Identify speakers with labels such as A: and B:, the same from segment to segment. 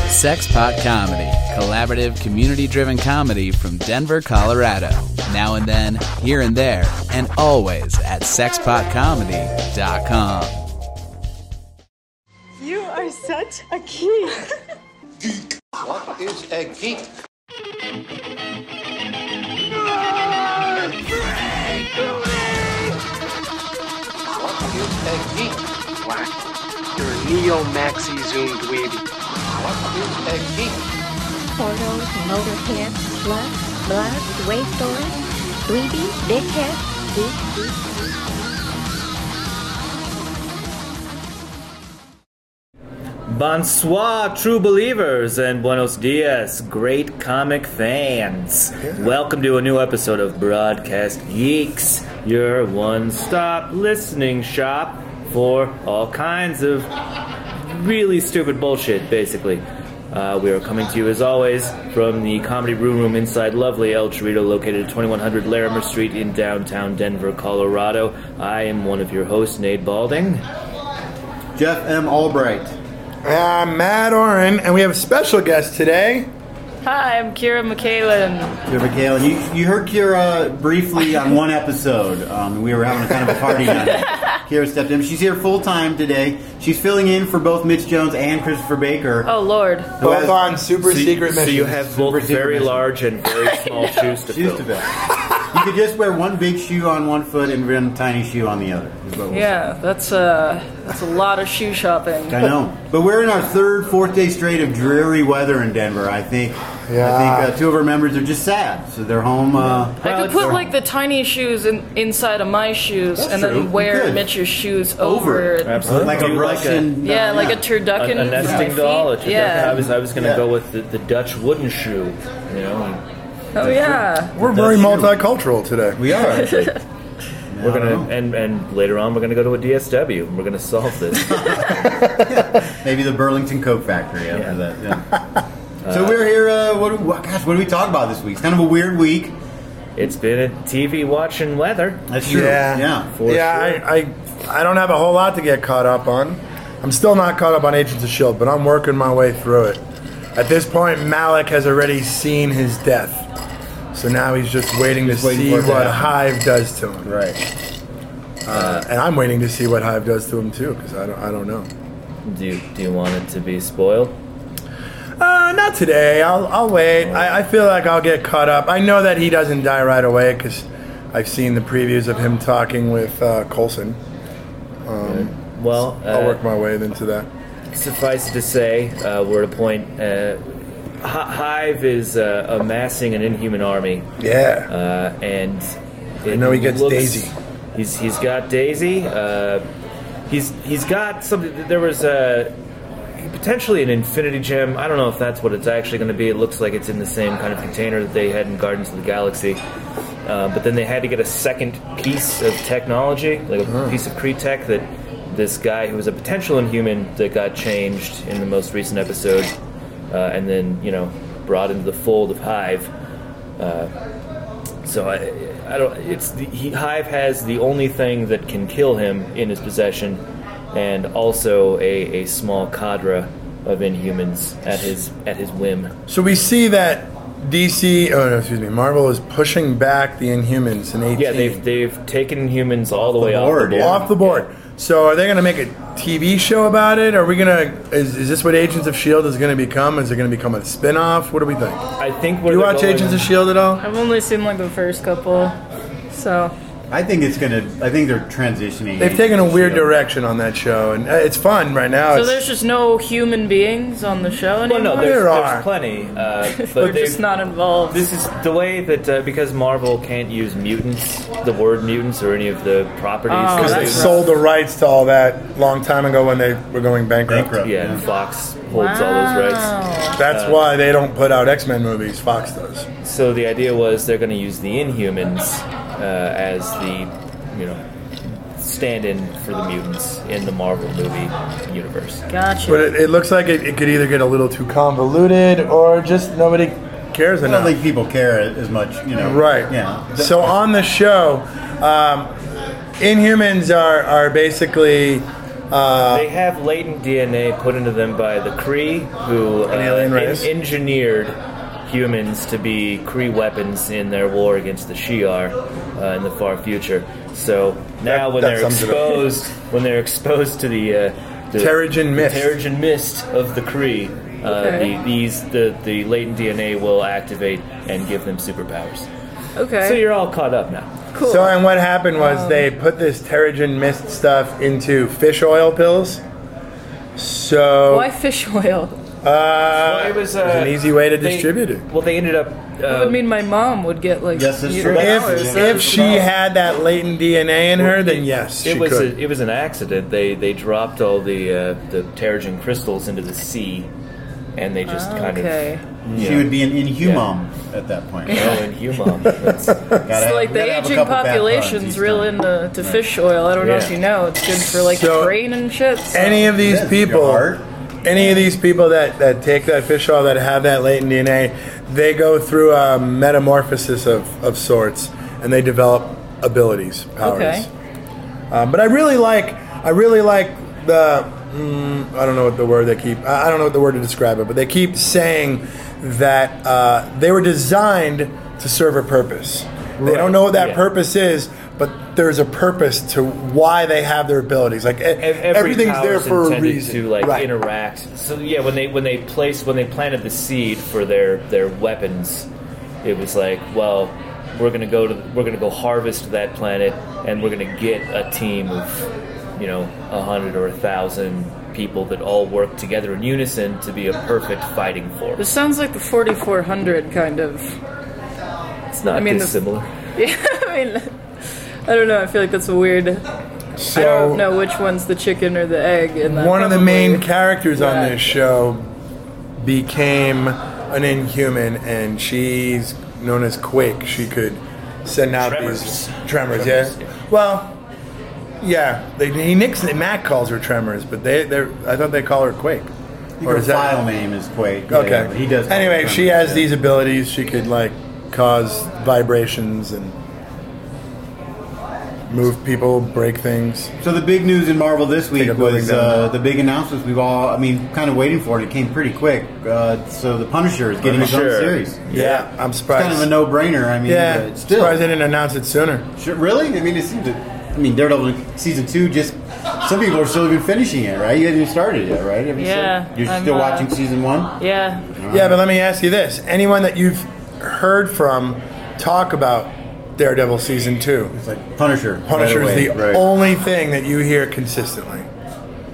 A: Sexpot Comedy, collaborative, community driven comedy from Denver, Colorado. Now and then, here and there, and always at sexpotcomedy.com.
B: You are such a geek.
C: What is a geek? What is a geek?
D: You're a neo maxi zoom dweeby.
C: What is a geek?
E: Portals, motorhead, slut, blood, waste story, dweeby, dickhead, geek, geek.
F: Bonsoir, true believers, and buenos dias, great comic fans. Welcome to a new episode of Broadcast Geeks, your one stop listening shop for all kinds of really stupid bullshit, basically. Uh, we are coming to you, as always, from the Comedy Brew Room inside lovely El Chorito, located at 2100 Larimer Street in downtown Denver, Colorado. I am one of your hosts, Nate Balding.
G: Jeff M. Albright.
H: Uh, Matt Oren, and we have a special guest today.
B: Hi, I'm Kira McKaylin.
G: Kira McHale. You, you heard Kira briefly on one episode. Um, we were having a kind of a party night. Kira stepped in. She's here full time today. She's filling in for both Mitch Jones and Christopher Baker.
B: Oh Lord.
G: who
H: Both
G: has-
H: on super
G: So you-
H: secret
F: So
H: missions.
F: you have both
G: secret
F: very
G: mission.
F: large and very small shoes to
G: Shoes
F: fill.
G: to fill. you could just wear one big shoe on one foot and one tiny shoe on the other. is what we'll
B: Yeah, that's a that's a lot of shoe shopping.
G: say. I know. But we're in our third, fourth day straight of dreary weather in Denver, I think. I
H: Yeah.
G: think uh, two of our members are just sad. So they're home. Uh,
B: I could
G: they're
B: put like the tiny shoes in, inside of my shoes
G: That's
B: and
G: true. You
B: then wear
G: could.
B: Mitch's shoes over it.
F: Absolutely.
G: like
F: Do
G: a
F: you like
G: Russian.
B: Yeah,
G: uh,
B: like a
F: a,
B: turducken.
F: a
B: for my
F: nesting
B: feet.
F: doll. A turducken. I
B: Yeah.
F: was I was gonna
G: Yeah.
F: go with the, the Dutch wooden shoe. You know,
B: Oh yeah.
H: We're very multicultural today.
G: We are. actually.
F: and we're gonna and and later on we're gonna go to a DSW and we're gonna solve this.
G: Maybe the Burlington Coke Factory after that. Yeah. so we're here. Uh, what, what? Gosh, what do we talk about this week? It's kind of a weird week.
F: it's been a TV watching weather.
G: That's true.
H: Yeah.
G: Yeah.
F: For
H: yeah,
F: sure.
H: I, I, I don't have a whole lot to get caught up on. I'm still not caught up on Agents of S.H.I.E.L.D., E but I'm working my way through it. At this point, Malik has already seen his death. So now he's just waiting to
G: Just waiting
H: see
G: for it to
H: what
G: happen.
H: Hive does to him.
G: Right.
H: And I'm waiting to see what Hive does to him, too, because I don't, I don't know.
F: Do you, do you want it to be spoiled?
H: Uh, not today. I'll, I'll wait. I, I feel like I'll get caught up. I know that he doesn't die right away because I've seen the previews of him talking with uh, Colson.
F: Well,
H: I'll
F: uh,
H: work my way into that.
F: Suffice it to say, uh, we're at a point. Uh, Hi- Hive is uh, amassing an inhuman army
H: Yeah.
F: uh, and it
H: know he gets Daisy.
F: He's he's got Daisy. Uh, he's he's got something. There was a potentially an Infinity Gem. I don't know if that's what it's actually going to be. It looks like it's in the same kind of container that they had in Guardians of the Galaxy. Uh, but then they had to get a second piece of technology, like a
H: Uh-huh.
F: piece of Kree tech that this guy who was a potential Inhuman that got changed in the most recent episode, uh, and then you know brought into the fold of Hive. So I, I don't. It's the, he, Hive has the only thing that can kill him in his possession, and also a, a small cadre of Inhumans at his at his whim.
H: so we see that DC, oh no, excuse me, Marvel is pushing back the Inhumans in 18.
F: Yeah, they've they've taken humans all the way
G: board,
F: off the board.
G: yeah.
H: off the board. So are they going to make a TV show about it? Are we going to, is, is this what Agents of S.H.I.E.L.D. E is going to become? Is it going to become a spin off? What do we think?
F: I think we're
H: Do you watch Agents of S.H.I.E.L.D. E at all?
B: I've only seen like the first couple. So
G: I think it's gonna. I think they're transitioning.
H: They've taken a weird
G: Yeah.
H: direction on that show, and uh, it's fun right
G: Oh,
H: now.
B: So
H: It's-
B: there's just no human beings on the show
F: Well,
B: anymore.
F: no, there's,
H: There
F: there's
H: are.
F: plenty, uh,
B: They're
F: but they've-
B: just not involved.
F: This is the way that uh, because Marvel can't use mutants, the word mutants or any of the properties.
B: Oh,
F: that
H: they
B: that's
F: they-
B: rough.
H: sold the rights to all that long time ago when they were going bankrupt.
G: Bankrupt.
F: yeah, Uh, and Fox holds all those rights.
H: That's why they don't put out X Men movies. Fox does.
F: So the idea was they're going to use the Inhumans uh, as the, you know, stand-in for the mutants in the Marvel movie universe.
B: Gotcha.
H: But it, it looks like it, it could either get a little too convoluted or just nobody cares
G: I don't
H: enough.
G: think people care as much. You know.
H: right.
G: Yeah.
H: So on the show, um, Inhumans are are basically
F: they have latent DNA put into them by the Kree, who uh,
H: alien race.
F: en- engineered humans to be Kree weapons in their war against the Shi'ar uh, in the far future. So now,
H: That-
F: when
H: that
F: they're
H: sums it up.
F: exposed, when they're exposed to the, uh, the
H: Terrigen
F: the
H: mist.
F: Terrigen mist of the Kree, uh,
B: Okay.
F: the, these the, the latent DNA will activate and give them superpowers.
B: Okay.
F: So you're all caught up now.
B: cool.
H: So, and what happened was they put this Terrigen mist stuff into fish oil pills. So,
B: Why fish oil?
H: Uh,
F: Well, it was, uh,
H: an easy way to
F: they-
H: distribute it.
F: Well, they ended up.
B: I
F: Uh,
B: would mean my mom would get like
G: Yes, it's
B: uterine
G: true. If-
B: powers,
H: If,
B: so
H: if
B: it's
H: she
B: about-
H: had that latent DNA in her, then yes,
F: it
H: she
F: was
H: could.
F: a, it was an accident. They they dropped all the uh, the Terrigen crystals into the sea, and they just kind
B: Okay.
F: of you
G: She
F: know,
G: would be an inhumum at that point.
F: oh, and human. That's-
G: Gotta
B: It's
G: have-
B: like
G: we gotta
B: the
G: have a
B: aging
G: couple bad puns
B: population's
G: each
B: real
G: time.
B: into to fish oil. I don't know if
F: Yeah.
B: you know. It's good for like
H: So-
B: your brain and shit. so-
H: any of these
G: Yeah, your
H: people,
G: heart.
H: any of these people that, that take that fish oil that have that latent DNA, they go through a metamorphosis of, of sorts, and they develop abilities, powers.
B: Okay.
H: Um, but I really like, I really like the, mm, I don't know what the word they keep, I I don't know what the word to describe it, but they keep saying that uh, they were designed to serve a purpose. They don't know what that
F: yeah.
H: purpose is, but there's a purpose to why they have their abilities. Like e-
F: ev- every
H: everything's
F: power
H: there
F: is
H: for a
F: intended
H: reason.
F: to like
H: right.
F: interact. So yeah, when they when they placed when they planted the seed for their their weapons, it was like, well, we're gonna go to we're gonna go harvest that planet, and we're gonna get a team of you know a hundred or a thousand people that all work together in unison to be a perfect fighting
B: This
F: force.
B: sounds like the 4400 kind of.
F: It's not
B: I mean, the-
F: dissimilar.
B: Yeah, I mean, I don't know. I feel like that's a weird. I
H: So
B: don't know which one's the chicken or the egg. In that,
H: one of the
B: probably.
H: main characters on
B: Yeah.
H: this show became an inhuman, and she's known as Quake. She could send out these tremors.
F: Tremors,
H: yeah.
F: yeah.
H: Well. Yeah, they, he nicks it. Matt calls her Tremors, but they, they're, I thought they call her Quake.
G: I think her file name is Quake. Yeah,
H: Okay.
G: yeah, but he does.
H: Anyway, she has these abilities. She could like cause vibrations and move people, break things.
G: So the big news in Marvel this
H: Take
G: week
H: a building
G: was
H: down.
G: uh, the big announcements we've all, I mean, kind of waiting for it. It came pretty quick. Uh, so the Punisher is getting his
F: Punisher.
G: own series.
H: Yeah, I'm surprised.
G: Kind of a no-brainer. I mean,
H: yeah,
G: but still.
H: surprised they didn't announce it sooner.
G: Sure, really? I mean, it seems that. I mean, Daredevil season two just. Some people are still even finishing it, right? You haven't even started yet, right? Have you
B: Yeah,
G: still- you're
B: I'm,
G: still
B: uh,
G: watching season one.
B: Yeah.
H: Yeah, but let me ask you this: anyone that you've heard from talk about Daredevil season two?
G: It's like Punisher.
H: Punisher
G: right away,
H: is the
G: right.
H: only thing that you hear consistently.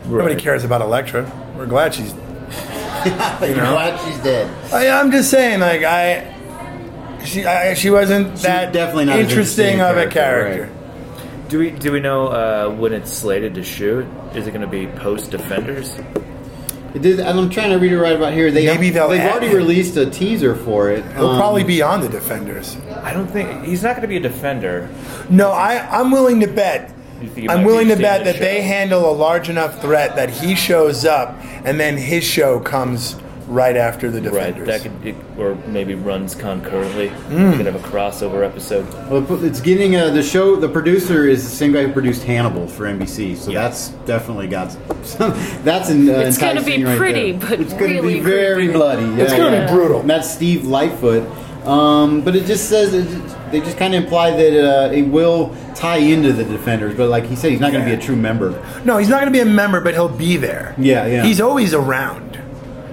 H: Nobody cares about Elektra. We're glad she's
G: But you're
H: know?
G: glad she's dead.
H: I, I'm just saying, like I, she I, she wasn't
G: She's
H: that
G: definitely not as
H: interesting
G: interesting
H: of a
G: character,
H: character.
F: Do we do we know uh, when it's slated to shoot? Is it going to be post Defenders?
G: It did, and I'm trying to read it right about here. They
H: Maybe they'll
G: they've
H: add
G: already
H: it.
G: released a teaser for it.
H: It'll
G: Um,
H: probably be on the Defenders.
F: I don't think he's not going to be a defender.
H: No, I I'm willing to bet.
F: You think it might
H: I'm
F: be
H: willing to
F: Steve
H: bet
F: to
H: that they
F: show.
H: handle a large enough threat that he shows up and then his show comes right after the
F: Right,
H: Defenders.
F: that could it, or maybe runs concurrently. We could have a crossover episode.
G: Well, it put- it's getting uh, the show. The producer is the same guy who produced Hannibal for NBC, so that's definitely got. some- that's an. Uh,
B: It's gonna
G: enticing
B: be
G: right
B: pretty,
G: there.
B: but
G: it's gonna
B: really
G: be very
B: creepy.
G: bloody.
H: It's
G: yeah,
H: gonna be
G: yeah.
H: brutal.
G: And that's Steve Lightfoot. Um, but it just says it, they just kind of imply that uh, it will tie into the defenders, but like he said, he's not going to be a true member.
H: no, he's not going to be a member, but he'll be there.
G: Yeah, yeah.
H: He's always around.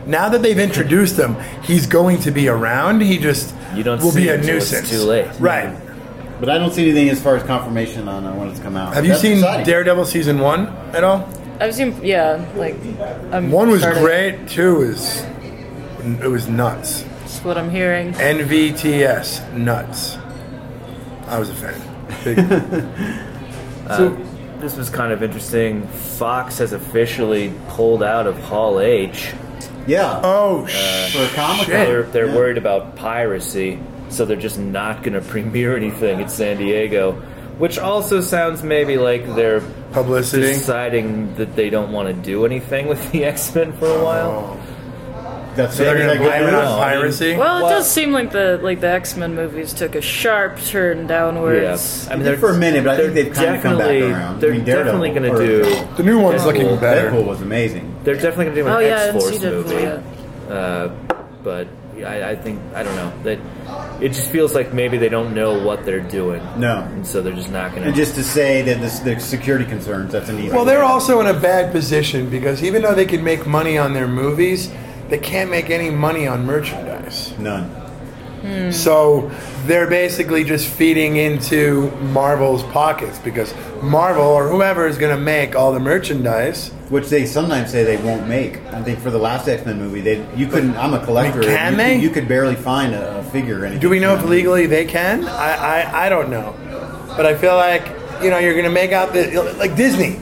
H: Now that they've introduced him, he's going to be around. He just
F: You don't
H: will
F: see
H: be a
F: him till it's
H: nuisance.
F: too late. Mm-hmm.
H: Right.
G: But I don't see anything as far as confirmation on uh, when it's come out.
H: Have you
G: That's
H: seen
G: exciting.
H: Daredevil season one at all?
B: I've seen. Yeah, like. I'm
H: One was
B: started-
H: great. Two was it was nuts.
B: That's what I'm hearing.
H: NVTS nuts. I was a fan. Big,
F: This was kind of interesting. Fox has officially pulled out of Hall H.
G: Yeah.
H: oh shit!
G: for Comic
F: They're
G: Con.
F: they're worried about piracy, so they're just not going to premiere anything at San Diego, which also sounds maybe like they're
H: Publicity.
G: Oh.
F: deciding that they don't want to do anything with the X Men for a while.
G: That's
H: So they're gonna
G: exactly-
H: blame it
F: I
H: on
F: mean-
H: piracy.
B: Well, it does seem like the like the X Men movies took a sharp turn downwards.
F: Yeah. I mean,
G: They did for a minute, but I think
F: they're
G: they've kinda come back
F: definitely-
G: around. I
F: They're
G: mean, Daredevil
F: definitely going
G: or-
F: to do.
H: The new one's
F: Deadpool.
H: looking better.
G: Deadpool was amazing.
F: They're definitely going to do an
B: Oh, yeah, I didn't
F: X Force
B: see Deadpool
F: movie. Uh, but I, I think I don't know that. It just feels like maybe they don't know what they're doing.
G: No.
F: and so they're just not going to.
G: And just to say that this, the security concerns, that's an easy
H: Well, they're also in a bad position because even though they can make money on their movies, they can't make any money on merchandise.
G: None.
H: So they're basically just feeding into Marvel's pockets because Marvel or whoever is going to make all the merchandise.
G: Which they sometimes say they won't make. I think for the last X Men movie, they you couldn't. I'm a collector.
H: can
G: you,
H: they?
G: You could barely find a, a figure. Or anything.
H: Do we know if legally they can? I, I, I don't know. But I feel like, you know, you're going to make out the, like Disney.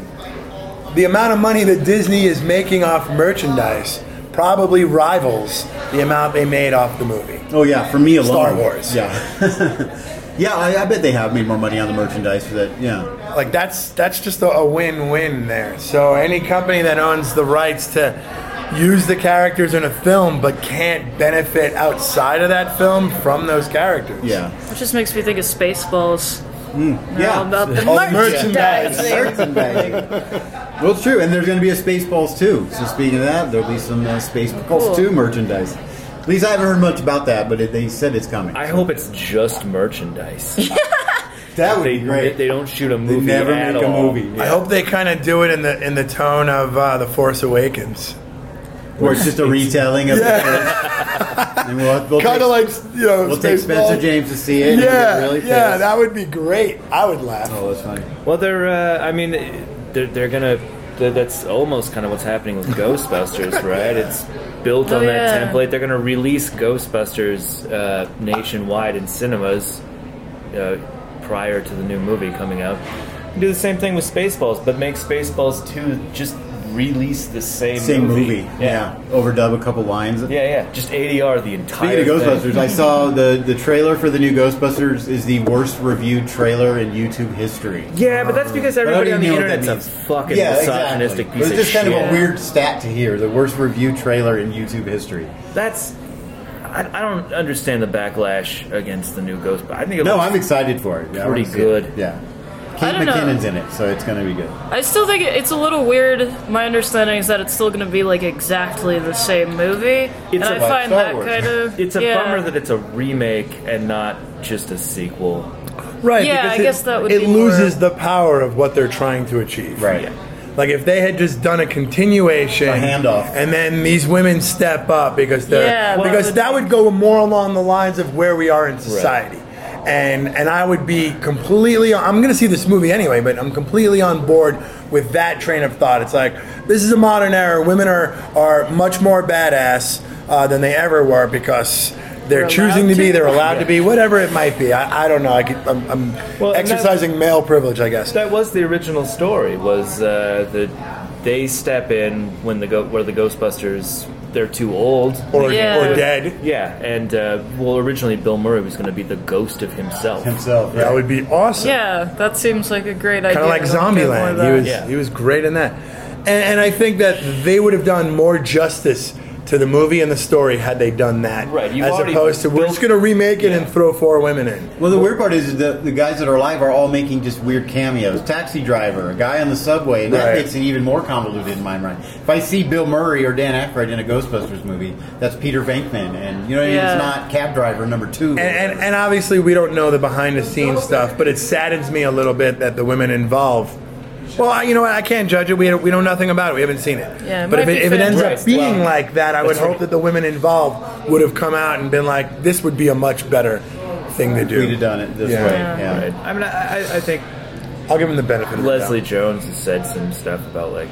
H: The amount of money that Disney is making off merchandise probably rivals the amount they made off the movie.
G: Oh yeah, for me alone.
H: Star Wars.
G: Yeah. yeah, I, I bet they have made more money on the merchandise for that. Yeah.
H: like that's that's just a, a win-win there. So any company that owns the rights to use the characters in a film but can't benefit outside of that film from those characters.
G: Yeah.
B: It just makes me think of Spaceballs. They're all
G: Yeah.
B: about the
H: Oh, merchandise.
B: merchandise.
G: well, it's true, and there's going to be a Spaceballs 2. So speaking of that, there'll be some uh, Spaceballs
B: Cool.
G: 2 merchandise. At least I haven't heard much about that, but it, they said it's coming.
F: I hope it's just merchandise.
G: that would
F: they,
G: be great.
F: they don't shoot a movie.
G: never
F: at
G: make a
F: all.
G: movie.
H: I hope they kind of do it in the in the tone of uh, the Force Awakens.
G: Or it's just a retelling of the first. And we'll, we'll
H: Kind of
G: take,
H: like you know,
G: we'll take Spencer
H: Spaceballs.
G: James to see it. and
H: Yeah,
G: get really
H: yeah,
G: pissed.
H: that would be great. I would laugh.
G: oh, that's funny.
F: Well, they're. Uh, I mean, they're, they're gonna. th- That's almost kind of what's happening with Ghostbusters, right? It's built on that
B: Oh, yeah.
F: template. They're gonna release Ghostbusters uh, nationwide in cinemas uh, prior to the new movie coming out. Do the same thing with Spaceballs, but make Spaceballs two just release the same
G: Same movie.
F: Yeah.
G: Yeah. Overdub a couple lines.
F: yeah, yeah, Just ADR the
G: Speaking
F: entire.
G: of Ghostbusters,
F: thing.
G: I saw the, the trailer for the new Ghostbusters is the worst reviewed trailer in YouTube history.
F: Yeah, but that's because
G: But I don't
F: everybody on the
G: even know what
F: internet's
G: that
F: a
G: means.
F: fucking misogynistic
G: exactly.
F: piece
G: But
F: of
G: It's just
F: shit.
G: kind of a weird stat to hear. The worst reviewed trailer in YouTube history.
F: That's. I, I don't understand the backlash against the new Ghost. But I think it
G: No,
F: looks-
G: I'm excited for it. Yeah, I
F: Pretty
G: wanna see
F: good.
G: it. Yeah.
B: I
G: Kate
B: don't know.
G: McKinnon's in it, so it's going to be good.
B: I still think it- it's a little weird. My understanding is that it's still going to be like exactly the same movie, and
F: It's
B: I
F: about
B: find
G: Star
B: that
G: Wars.
B: kind of
F: It's a
B: yeah.
F: bummer that it's a remake and not just a sequel.
H: Right.
B: Yeah,
H: because
B: I guess that would
H: it
B: be
H: loses
B: more-
H: the power of what they're trying to achieve.
G: Right.
H: Like if they had just done a continuation,
G: A handoff.
H: and then these women step up because they're
B: Yeah, that
H: because
B: would-
H: that would go more along the lines of where we are in society. And, and I would be completely. I'm going to see this movie anyway, but I'm completely on board with that train of thought. It's like this is a modern era. Women are are much more badass uh, than they ever were because they're
B: They're
H: choosing
B: allowed
H: to be.
B: to?
H: They're allowed to be whatever it might be. I, I don't know. I could, I'm, I'm
F: Well, and that-
H: exercising male privilege, I guess.
F: That was the original story. Was uh, that they step in when the go- where the Ghostbusters they're too old.
H: or,
B: Yeah.
H: or dead.
F: yeah, and uh, well, originally Bill Murray was going to be the ghost of himself.
G: Himself.
H: That would be awesome.
B: Yeah, that seems like a great idea.
H: Kind of like
B: I'd like to hear more
H: Zombieland.
B: of that.
H: He was
F: Yeah.
H: he was great in that, and, and I think that they would have done more justice to the movie and the story had they done that.
F: Right, you've
H: As
F: already
H: opposed to we're
F: built-
H: just going to remake it and throw four women in.
G: Well, the weird part is, is that the guys that are alive are all making just weird cameos. Taxi driver, a guy on the subway, and that
H: Right.
G: makes it even more convoluted in my mind. If I see Bill Murray or Dan Aykroyd in a Ghostbusters movie, that's Peter Venkman, and you know what I mean?
B: Yeah.
G: It's not cab driver number two.
H: And, and, and obviously, we don't know the behind the scenes stuff, but it saddens me a little bit that the women involved. Well, I, you know what? I can't judge it. We, don't- we know nothing about it. We haven't seen it.
B: Yeah, it
H: but if
B: might
H: it,
B: be
H: if it
B: fair.
H: ends up
F: Right,
H: being
F: well,
H: like that, I would
F: that's
H: hope
F: right.
H: that the women involved would have come out and been like, "This would be a much better thing to
G: We'd have
H: do."
G: done it this
H: Yeah.
G: way.
B: Yeah.
G: Yeah.
F: Right. I mean, I, I- I think
H: I'll give them the benefit. of the doubt.
F: Leslie Jones has said some stuff about like,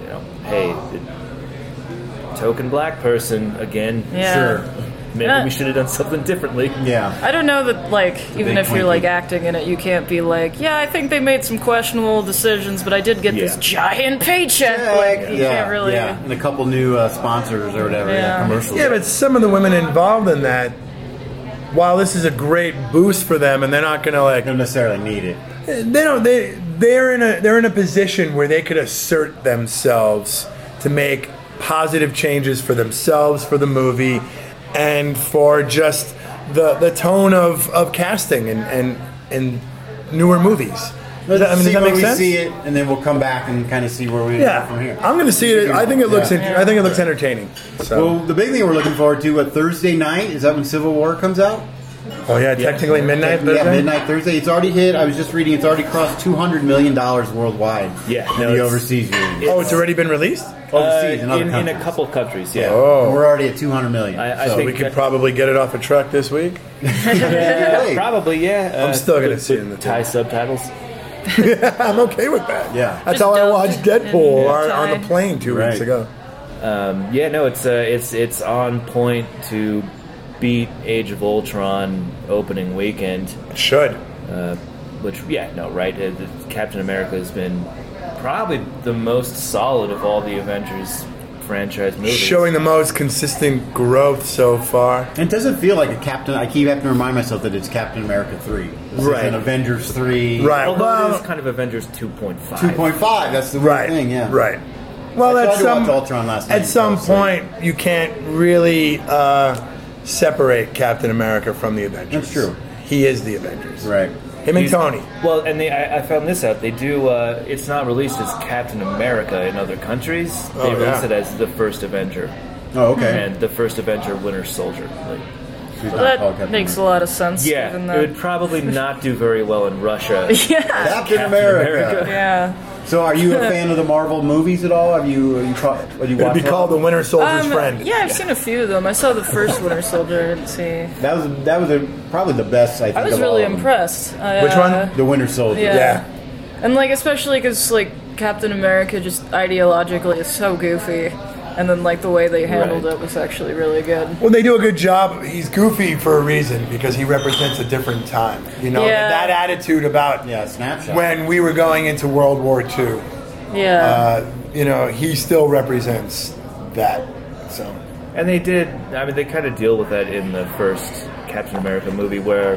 F: you know, hey, the token black person again.
B: Yeah. Sure.
F: Maybe
B: Yeah.
F: we should have done something differently.
G: Yeah.
B: I don't know that, like, even
G: big
B: if you're like
G: Twinkie.
B: acting in it, you can't be like, yeah, I think they made some questionable decisions, but I did get this
F: Yeah.
B: giant paycheck. Like, you can't really.
G: yeah, and a couple new uh, sponsors or whatever, yeah.
B: Yeah.
G: commercials.
H: Yeah, but some of the women involved in that, while this is a great boost for them, and they're not going to like
G: don't necessarily need it.
H: they don't they they're in a they're in a position where they could assert themselves to make positive changes for themselves, for the movie, and for just the the tone of, of casting and, and and newer movies. Does that, I mean,
G: see
H: does that
G: where
H: make
G: we
H: sense?
G: see it, and then we'll come back and kind of see where we
H: Yeah,
G: go from here.
H: I'm gonna see it. I think it looks.
G: Yeah.
H: int- I think it looks entertaining. So,
G: Well, the big thing we're looking forward to, what Thursday night is that when Civil War comes out?
H: oh yeah, technically midnight.
G: yeah,
H: Thursday?
G: midnight Thursday. It's already hit. I was just reading. It's already crossed two hundred million dollars worldwide.
F: Yeah,
G: in
F: no,
G: the
F: it's-
G: overseas viewing.
H: Oh, it's already been released.
G: overseas in
F: Uh,
G: other
F: in, in a
G: countries.
F: couple countries, yeah.
G: And
H: Oh,
G: We're already at two hundred million.
F: I, I
G: so-
F: think
H: we could
F: that-
H: probably get it off a truck this week.
G: Hey,
F: probably, yeah. uh,
H: I'm still gonna see it in the
F: Thai subtitles.
H: I'm okay with that.
G: Yeah.
H: that's
B: Just
H: how I
B: dubbed
H: watched
B: and
H: Deadpool on,
B: Thai.
H: on the plane two
G: Right.
H: weeks ago.
F: Um, yeah, no, it's uh, it's it's on point to beat Age of Ultron opening weekend.
H: It should.
F: uh, which yeah no right uh, the- captain america has been probably the most solid of all the avengers franchise movies
H: Showing the most consistent growth so far.
G: It doesn't feel like a Captain. I keep having to remind myself that it's Captain America three. This
H: Right.
G: An Avengers three.
H: Right.
F: although it
H: well,
F: is kind of avengers 2.5
G: Two point five. That's the weird
H: right.
G: thing. Yeah.
H: Right. Well,
G: I
H: at
G: tried to
H: some
G: watch Ultron last night,
H: at some
G: so- uh,
H: point you can't really uh, separate Captain America from the Avengers.
G: That's true.
H: He is the Avengers.
G: Right.
H: Him and
F: He's-
H: Tony.
F: well and they, I, I found this out they do uh, it's not released as captain america in other countries they
H: Oh,
F: release
H: yeah.
F: it as the first avenger
G: Oh, okay.
F: and the first avenger winter soldier like,
G: She's not called
B: That
G: Captain
B: makes a
G: America.
B: lot of sense.
F: yeah
B: Given
F: it would
B: that.
F: probably not do very well in russia
B: yeah.
G: Captain,
F: Captain
G: America.
F: America.
B: Yeah.
G: So, are you a fan of the Marvel movies at all? Have you? Are you, pro- are you
H: It'd be
G: watching?
H: called the Winter Soldier's
B: Um,
H: friend.
B: yeah, I've seen a few of them. I saw the first Winter Soldier. I didn't see.
G: That was that was a, probably the best I think.
B: I was
G: of
B: really
G: all of them.
B: impressed. I,
H: Which
B: uh,
H: one?
G: The Winter Soldier.
B: Yeah.
H: Yeah.
B: And like especially because like Captain America just ideologically is so goofy, and then like the way they handled
F: Right.
B: it was actually really good.
H: Well, they do a good job. He's goofy for a reason because he represents a different time. You know
B: Yeah.
H: that attitude about
G: Yeah, Snapshot.
H: when we were going into World War II.
B: Yeah.
H: Uh, you know, he still represents that. So
F: And they did. I mean, they kind of deal with that in the first Captain America movie, where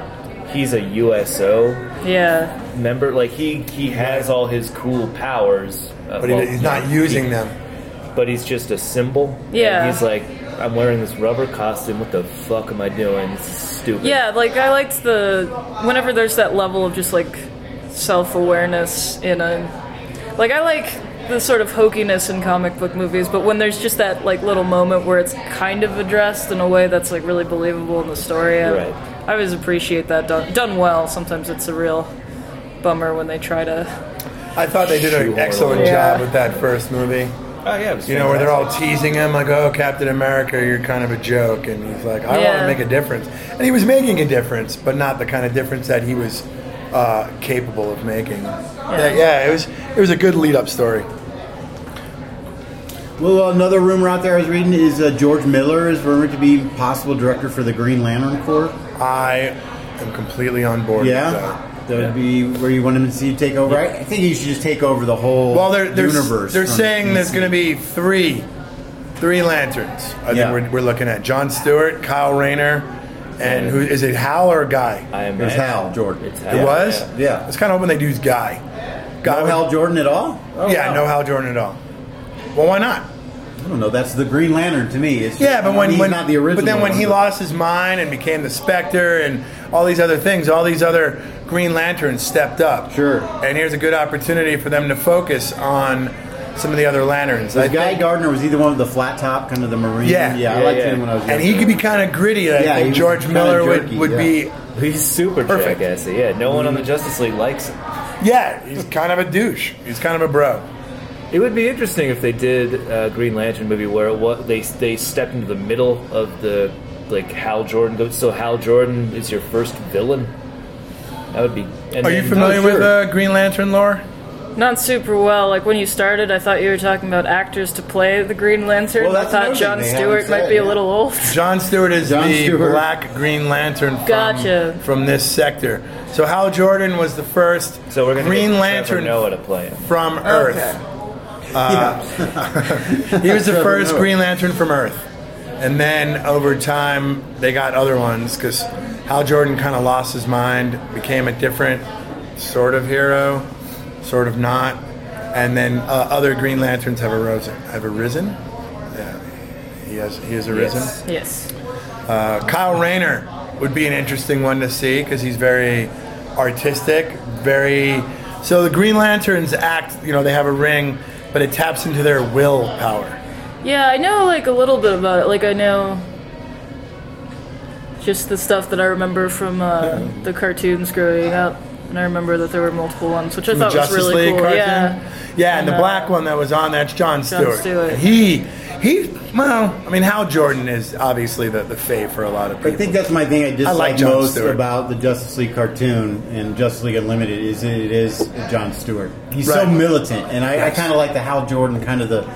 F: he's a USO
B: yeah.
F: member. Like he he has all his cool powers, uh,
H: But he- he's not using them.
F: But he's just a symbol.
B: Yeah.
F: And he's like, I'm wearing this rubber costume. What the fuck am I doing? This is stupid.
B: Yeah. Like I liked the whenever there's that level of just like self awareness in a like I like the sort of hokiness in comic book movies, but when there's just that like little moment where it's kind of addressed in a way that's like really believable in the story, I,
F: Right.
B: I always appreciate that done done well. Sometimes it's a real bummer when they try to
H: I thought they did an
F: Shoehorn
H: excellent
B: away.
H: job with that first movie.
F: Oh yeah. it was
H: You know, where they're all
F: fantastic.
H: teasing him, like, oh, Captain America, you're kind of a joke. And he's like, I want
B: Yeah.
H: to make a difference. And he was making a difference, but not the kind of difference that he was uh, capable of making. Yeah. yeah, it was it was a good lead up story.
G: Well, another rumor out there I was reading is uh, George Miller is rumored to be possible director for the Green Lantern Corps.
H: I am completely on board
G: Yeah.
H: with that.
G: That would be where you want him to see take over. I I think he should just take over the whole
H: Well, they're they're,
G: universe.
H: they're
G: from
H: saying there's
G: DC.
H: going to be three, three lanterns. I
G: Yeah.
H: think we're, we're looking at John Stewart, Kyle Rayner, and who is it? Hal or Guy?
F: I am.
G: It was Hal Jordan.
F: It's
H: it
F: Hal,
H: was.
F: yeah.
G: yeah.
H: I was kind of hoping they would use Guy. Guy.
G: no
H: would-
G: Hal Jordan at all. Oh,
H: yeah,
G: wow.
H: no Hal Jordan at all. Well, why not?
G: I don't know. That's the Green Lantern to me. It's
H: Yeah, but when
G: he's
H: when
G: not the original.
H: but then when he
G: one,
H: lost his mind and became the Spectre and all these other things, all these other Green Lanterns stepped up.
G: Sure.
H: And here's a good opportunity for them to focus on some of the other lanterns.
G: The
H: I
G: guy
H: think-
G: Gardner was either one with the flat top, kind of the marine.
H: Yeah.
G: yeah, I
F: Yeah,
G: liked
F: yeah.
G: him when I was.
H: and he could be kind of gritty. I
G: Yeah, he
H: think
G: was
H: George
G: kinda
H: Miller
G: jerky,
H: would, would
F: He's super
H: Perfect. Mm-hmm.
F: jackassy. Yeah. No one on the Justice League likes him.
H: be, yeah, he's kind of a douche. He's kind of a bro.
F: It would be interesting if they did a Green Lantern movie where it wa they they stepped into the middle of the like Hal Jordan goes. So Hal Jordan is your first villain. That would be. And oh,
H: Are you familiar with uh, Green Lantern lore?
B: Not super well. Like when you started, I thought you were talking about actors to play the Green Lantern.
G: Well,
B: I
G: that's
B: thought
G: another
B: John
G: thing they
B: Stewart
G: haven't
B: might
G: said,
B: be a
G: yeah.
B: little old.
H: John Stewart is
G: John
H: the
G: Stewart.
H: Black Green Lantern from,
B: Gotcha.
H: from this sector. So Hal Jordan was the first
F: So we're gonna
H: Green
F: get
H: Lantern
F: Trevor Noah to play him.
H: from Earth. Uh, he was the
G: Trevor
H: first
G: Noah.
H: Green Lantern from Earth. And then over time, they got other ones because Hal Jordan kind of lost his mind, became a different sort of hero, sort of not. And then uh, other Green Lanterns have arisen. Have arisen? Uh, has he has arisen.
B: Yes.
H: Uh, Kyle Rayner would be an interesting one to see because he's very artistic, very. So the Green Lanterns act, you know, they have a ring, but it taps into their willpower.
B: Yeah, I know like a little bit about it. Like I know just the stuff that I remember from uh, the cartoons growing up, and I remember that there were multiple ones, which I
H: the
B: thought was
H: Justice
B: really
H: League
B: cool.
H: cartoon.
B: Yeah.
H: Yeah, and,
B: And,
H: the
B: uh,
H: black one that was on that's John Stewart.
B: Stewart.
H: And He he well, I mean Hal Jordan is obviously the, the fave for a lot of people.
G: I think that's my thing. I dislike
H: like Jon
G: most
H: Stewart.
G: about the Justice League cartoon and Justice League Unlimited is that it is John Stewart. He's so
H: Right.
G: militant, and I, I kind of like the Hal Jordan kind of the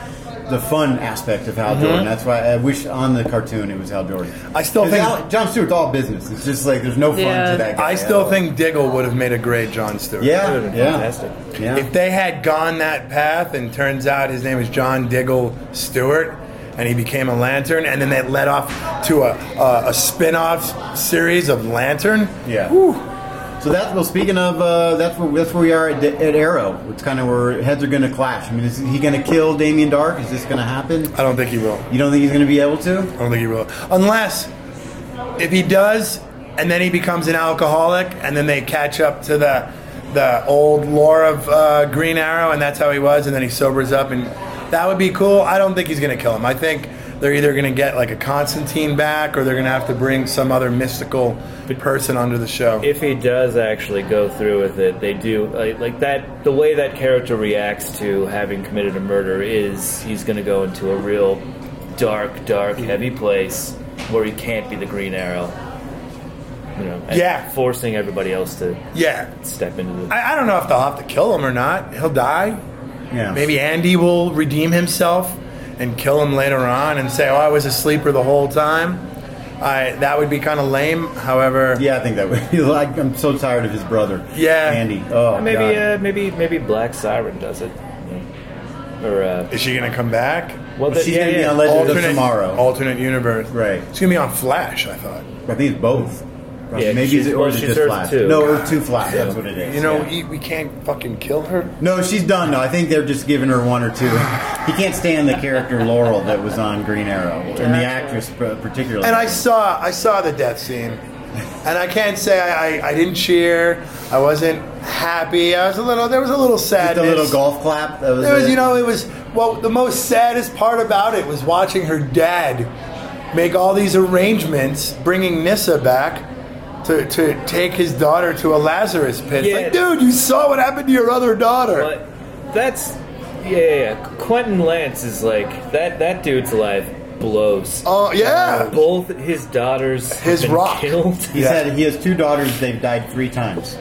G: the fun aspect of Hal Jordan. That's why I wish on the cartoon it was Hal Jordan.
H: Mm-hmm. I still
G: 'Cause
H: think-
G: Hal- John Stewart's all business. It's just like there's no fun
B: Yeah.
G: to that guy.
H: I
G: at
H: still
G: all.
H: think Diggle would have made a great John Stewart.
F: That
G: yeah,
F: would've been
G: yeah,
F: fantastic.
G: yeah.
H: If they had gone that path and turns out his name is John Diggle Stewart and he became a lantern and then they led off to a, a, a spin-off series of lantern.
G: Yeah. So that's well. Speaking of, uh, that's where that's where we are at, at Arrow. It's kind of where heads are going to clash. I mean, is he going to kill Damien Dark? Is this going to happen?
H: I don't think he will.
G: You don't think he's going to be able to?
H: I don't think he will. Unless if he does, and then he becomes an alcoholic, and then they catch up to the the old lore of uh, Green Arrow, and that's how he was, and then he sobers up, and that would be cool. I don't think he's gonna kill him. I think they're either gonna get like a Constantine back, or they're gonna have to bring some other mystical person onto the show.
F: If he does actually go through with it, they do like, like that. The way that character reacts to having committed a murder is he's going to go into a real dark, dark, heavy place where he can't be the Green Arrow. You know, and
H: Yeah.
F: forcing everybody else to
H: yeah,
F: step into the.
H: I, I don't know if they'll have to kill him or not. He'll die.
G: Yeah.
H: Maybe Andy will redeem himself and kill him later on and say, "Oh, I was a sleeper the whole time." I that would be kind of lame. However,
G: Yeah, I think that would. He's like, I'm so tired of his brother.
H: Yeah.
G: Andy. Oh,
F: maybe,
G: God.
F: uh, maybe, maybe Black Siren does it. you know. Or uh,
H: is she gonna come back?
F: well,
G: she's
F: yeah,
G: gonna be
F: yeah.
G: on Legend of Tomorrow.
H: alternate universe.
G: Right.
H: It's gonna be on Flash. I thought.
G: I think it's both.
F: Yeah,
G: maybe
F: she's-
G: it's, or
F: well,
G: is it
F: she's
G: just
F: Earth
G: Flash?
F: two.
G: No, Earth Two Flash.
F: Yeah.
G: That's what it is.
H: You know,
G: yeah.
H: he- we can't fucking kill her.
G: no, she's done. No, I think they're just giving her one or two. He can't stand the character Laurel that was on Green Arrow, and the actress uh, particularly.
H: And I saw, I saw the death scene, and I can't say I, I, I didn't cheer. I wasn't happy. I was a little. There was a little
G: Just
H: sadness.
G: a little golf clap. That was,
H: There was,
G: it.
H: you know, it was well. The most saddest part about it was watching her dad make all these arrangements, bringing Nissa back to, to take his daughter to a Lazarus pit. It's
F: Yeah.
H: like, dude, you saw what happened to your other daughter.
F: But that's yeah, yeah, yeah. Quentin Lance is like that. That dude's life blows.
H: Oh yeah,
F: Both his daughters have
H: His
F: been
H: rock.
F: killed.
G: He said he has two daughters. They've died three times,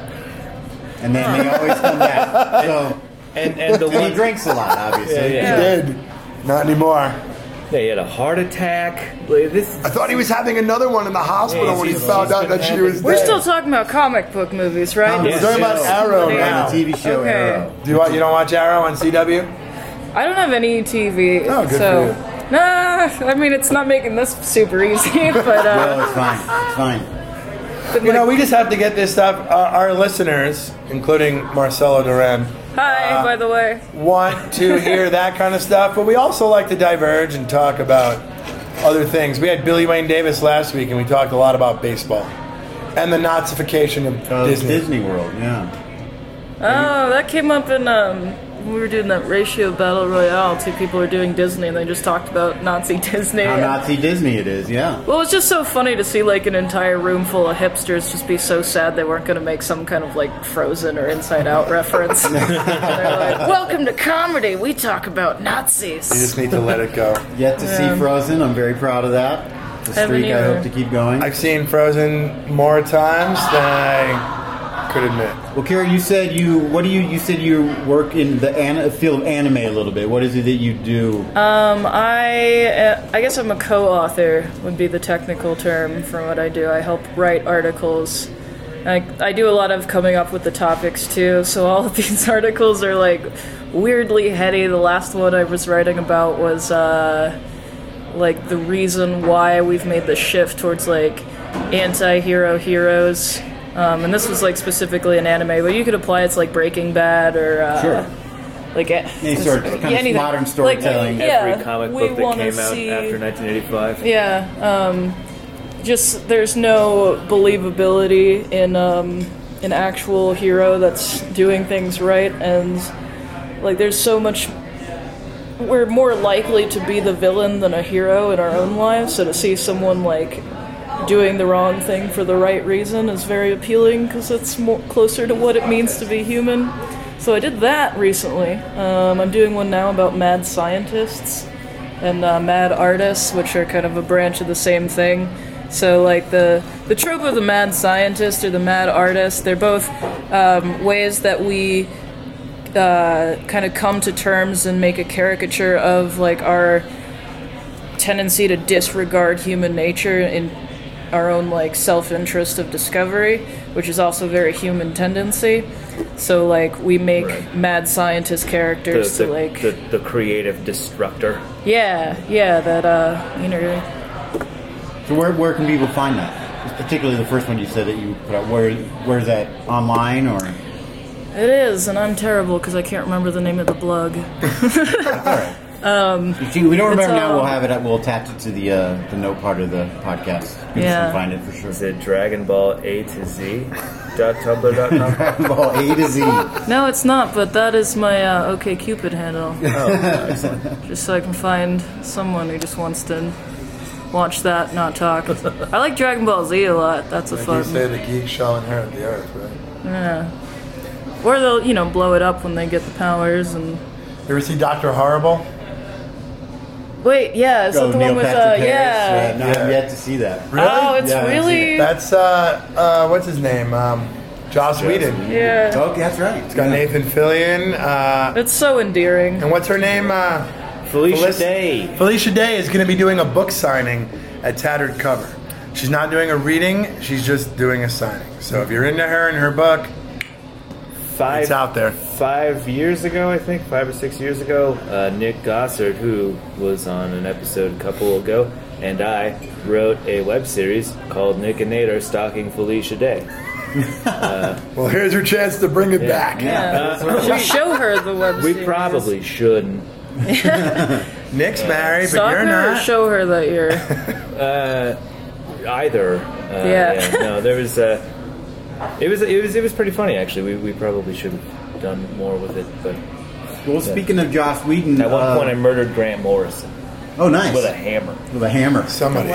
G: and then they always come back. So
F: and and the
G: and he
F: one
G: drinks a lot, obviously.
H: he
F: yeah.
H: did. Not anymore.
F: yeah, he had a heart attack. Like, this
H: I thought he was having another one in the hospital
F: Yeah,
H: when he
F: he's-
H: found
F: he's
H: out
F: been
H: that she
F: having-
H: was
B: We're
H: dead.
B: still talking about comic book movies, right?
G: Comic
H: We're talking about
G: Yeah.
H: Arrow
B: Yeah.
H: now.
G: On the TV show
B: Okay.
G: Arrow.
H: Do you, want- you don't watch Arrow on CW?
B: I don't have any TV,
H: Oh, good
B: so
H: for
B: nah. I mean, it's not making this super easy, but
G: No,
B: uh,
G: it's fine. It's fine.
B: but
H: You know,
B: like-
H: we just have to get this stuff. Uh, our listeners, including Marcelo Duran,
B: hi,
H: uh,
B: by the way.
H: want to hear that kind of stuff, but we also like to diverge and talk about other things. We had Billy Wayne Davis last week, and we talked a lot about baseball and the Nazification of
G: Uh, Disney.
H: Oh, Disney.
G: World, yeah.
B: Oh, that came up in um, when we were doing that ratio battle royale. Two people were doing Disney, and they just talked about Nazi Disney.
G: How Nazi Disney it is, yeah.
B: Well, it's just so funny to see like an entire room full of hipsters just be so sad they weren't going to make some kind of like Frozen or Inside Out reference. And they're like, Welcome to comedy. We talk about
H: You
B: Nazis.
H: just need to let it go.
G: Yet to see Frozen. I'm very proud of that. The
B: Haven't
G: streak I
B: either.
G: hope to keep going.
H: I've seen Frozen more times than I could admit.
G: Well, Kara, you said you. What do you? You said you work in the an, field of anime a little bit. What is it that you do?
B: Um, I uh, I guess I'm a co-author would be the technical term for what I do. I help write articles. I, I do a lot of coming up with the topics too, so all of these articles are like weirdly heady. The last one I was writing about was uh, like the reason why we've made the shift towards like anti-hero heroes, um, and this was like specifically an anime, but you could apply it to like Breaking Bad or uh, Like a-
G: Any sort of
B: just-
G: kind of
B: anything.
G: modern storytelling.
B: Like, eh, yeah,
F: Every comic
B: we
F: book that
B: wanna
F: came out
B: see,
F: after 1985.
B: Yeah, um, just there's no believability in um, an actual hero that's doing things right, and like there's so much. We're more likely to be the villain than a hero in our own lives, so to see someone like doing the wrong thing for the right reason is very appealing because it's more closer to what it means to be human. So I did that recently. Um, I'm doing one now about mad scientists and uh, mad artists, which are kind of a branch of the same thing. So like the the trope of the mad scientist or the mad artist, they're both um, ways that we uh, kind of come to terms and make a caricature of like our tendency to disregard human nature in our own like self-interest of discovery which is also a very human tendency so like we make
F: Right.
B: mad scientist
F: The,
B: characters
F: the,
B: to like
F: the, the creative destructor.
B: yeah yeah that uh you know
G: So where, where can people find that? Particularly the first one you said that you put out. Where where's that online or?
B: It is, and I'm terrible because I can't remember the name of the blog.
G: If you- we don't remember
B: It's,
G: now. We'll
B: um,
G: have it. At, we'll attach it to the uh, the note part of the podcast. People
B: Yeah.
G: can find it for sure.
F: Is it Dragon Ball A to Z? dot Tumblr dot com?
G: Dragon Ball A to Z.
B: No, it's not, but that is my uh, OK Cupid
G: Oh,
B: handle. just so I can find someone who just wants to watch that, not talk. I like Dragon Ball Z a lot. That's a
H: You
B: fun.
H: say the geek shall inherit the earth, right?
B: Or they'll, you know, blow it up when they get the powers and.
H: You ever see Doctor Horrible?
B: Wait, yeah, is that
G: Oh,
B: the
G: Neil
B: one with
G: Patrick Harris.
B: uh, yeah.
G: No, I have yet to see that.
H: Really?
B: Oh, it's
G: Yeah, I haven't seen
B: really.
H: That's uh, uh, what's his name? Um, Joss Whedon.
B: Yeah,
G: Okay, that's right. It's
H: Got Nathan Fillion. Uh,
B: it's so endearing.
H: and what's her name? Uh,
F: Felicia
H: Felic-
F: Day.
H: Felicia Day is going to be doing a book signing at Tattered Cover. She's not doing a reading. She's just doing a signing. So if you're into her and her book,
F: Five,
H: It's out there.
F: Five years ago, I think, five or six years ago, uh, Nick Gossard, who was on an episode a couple ago, and I wrote a web series called Nick and Nate are stalking Felicia Day.
H: well, here's her chance to bring it back.
B: Should show her the web.
F: We
B: series.
F: probably shouldn't.
H: Nick's married, but
B: stalk
H: you're
B: her or
H: not.
B: show her that you're.
F: either. Uh,
B: Yeah.
F: No, there was Uh, it was it was it was pretty funny actually. We, we probably should have done more with it, but
G: Well, speaking of Joss Whedon,
F: at one
G: uh,
F: point I murdered Grant Morrison
G: oh nice,
F: with a hammer.
G: with a hammer.
H: Somebody.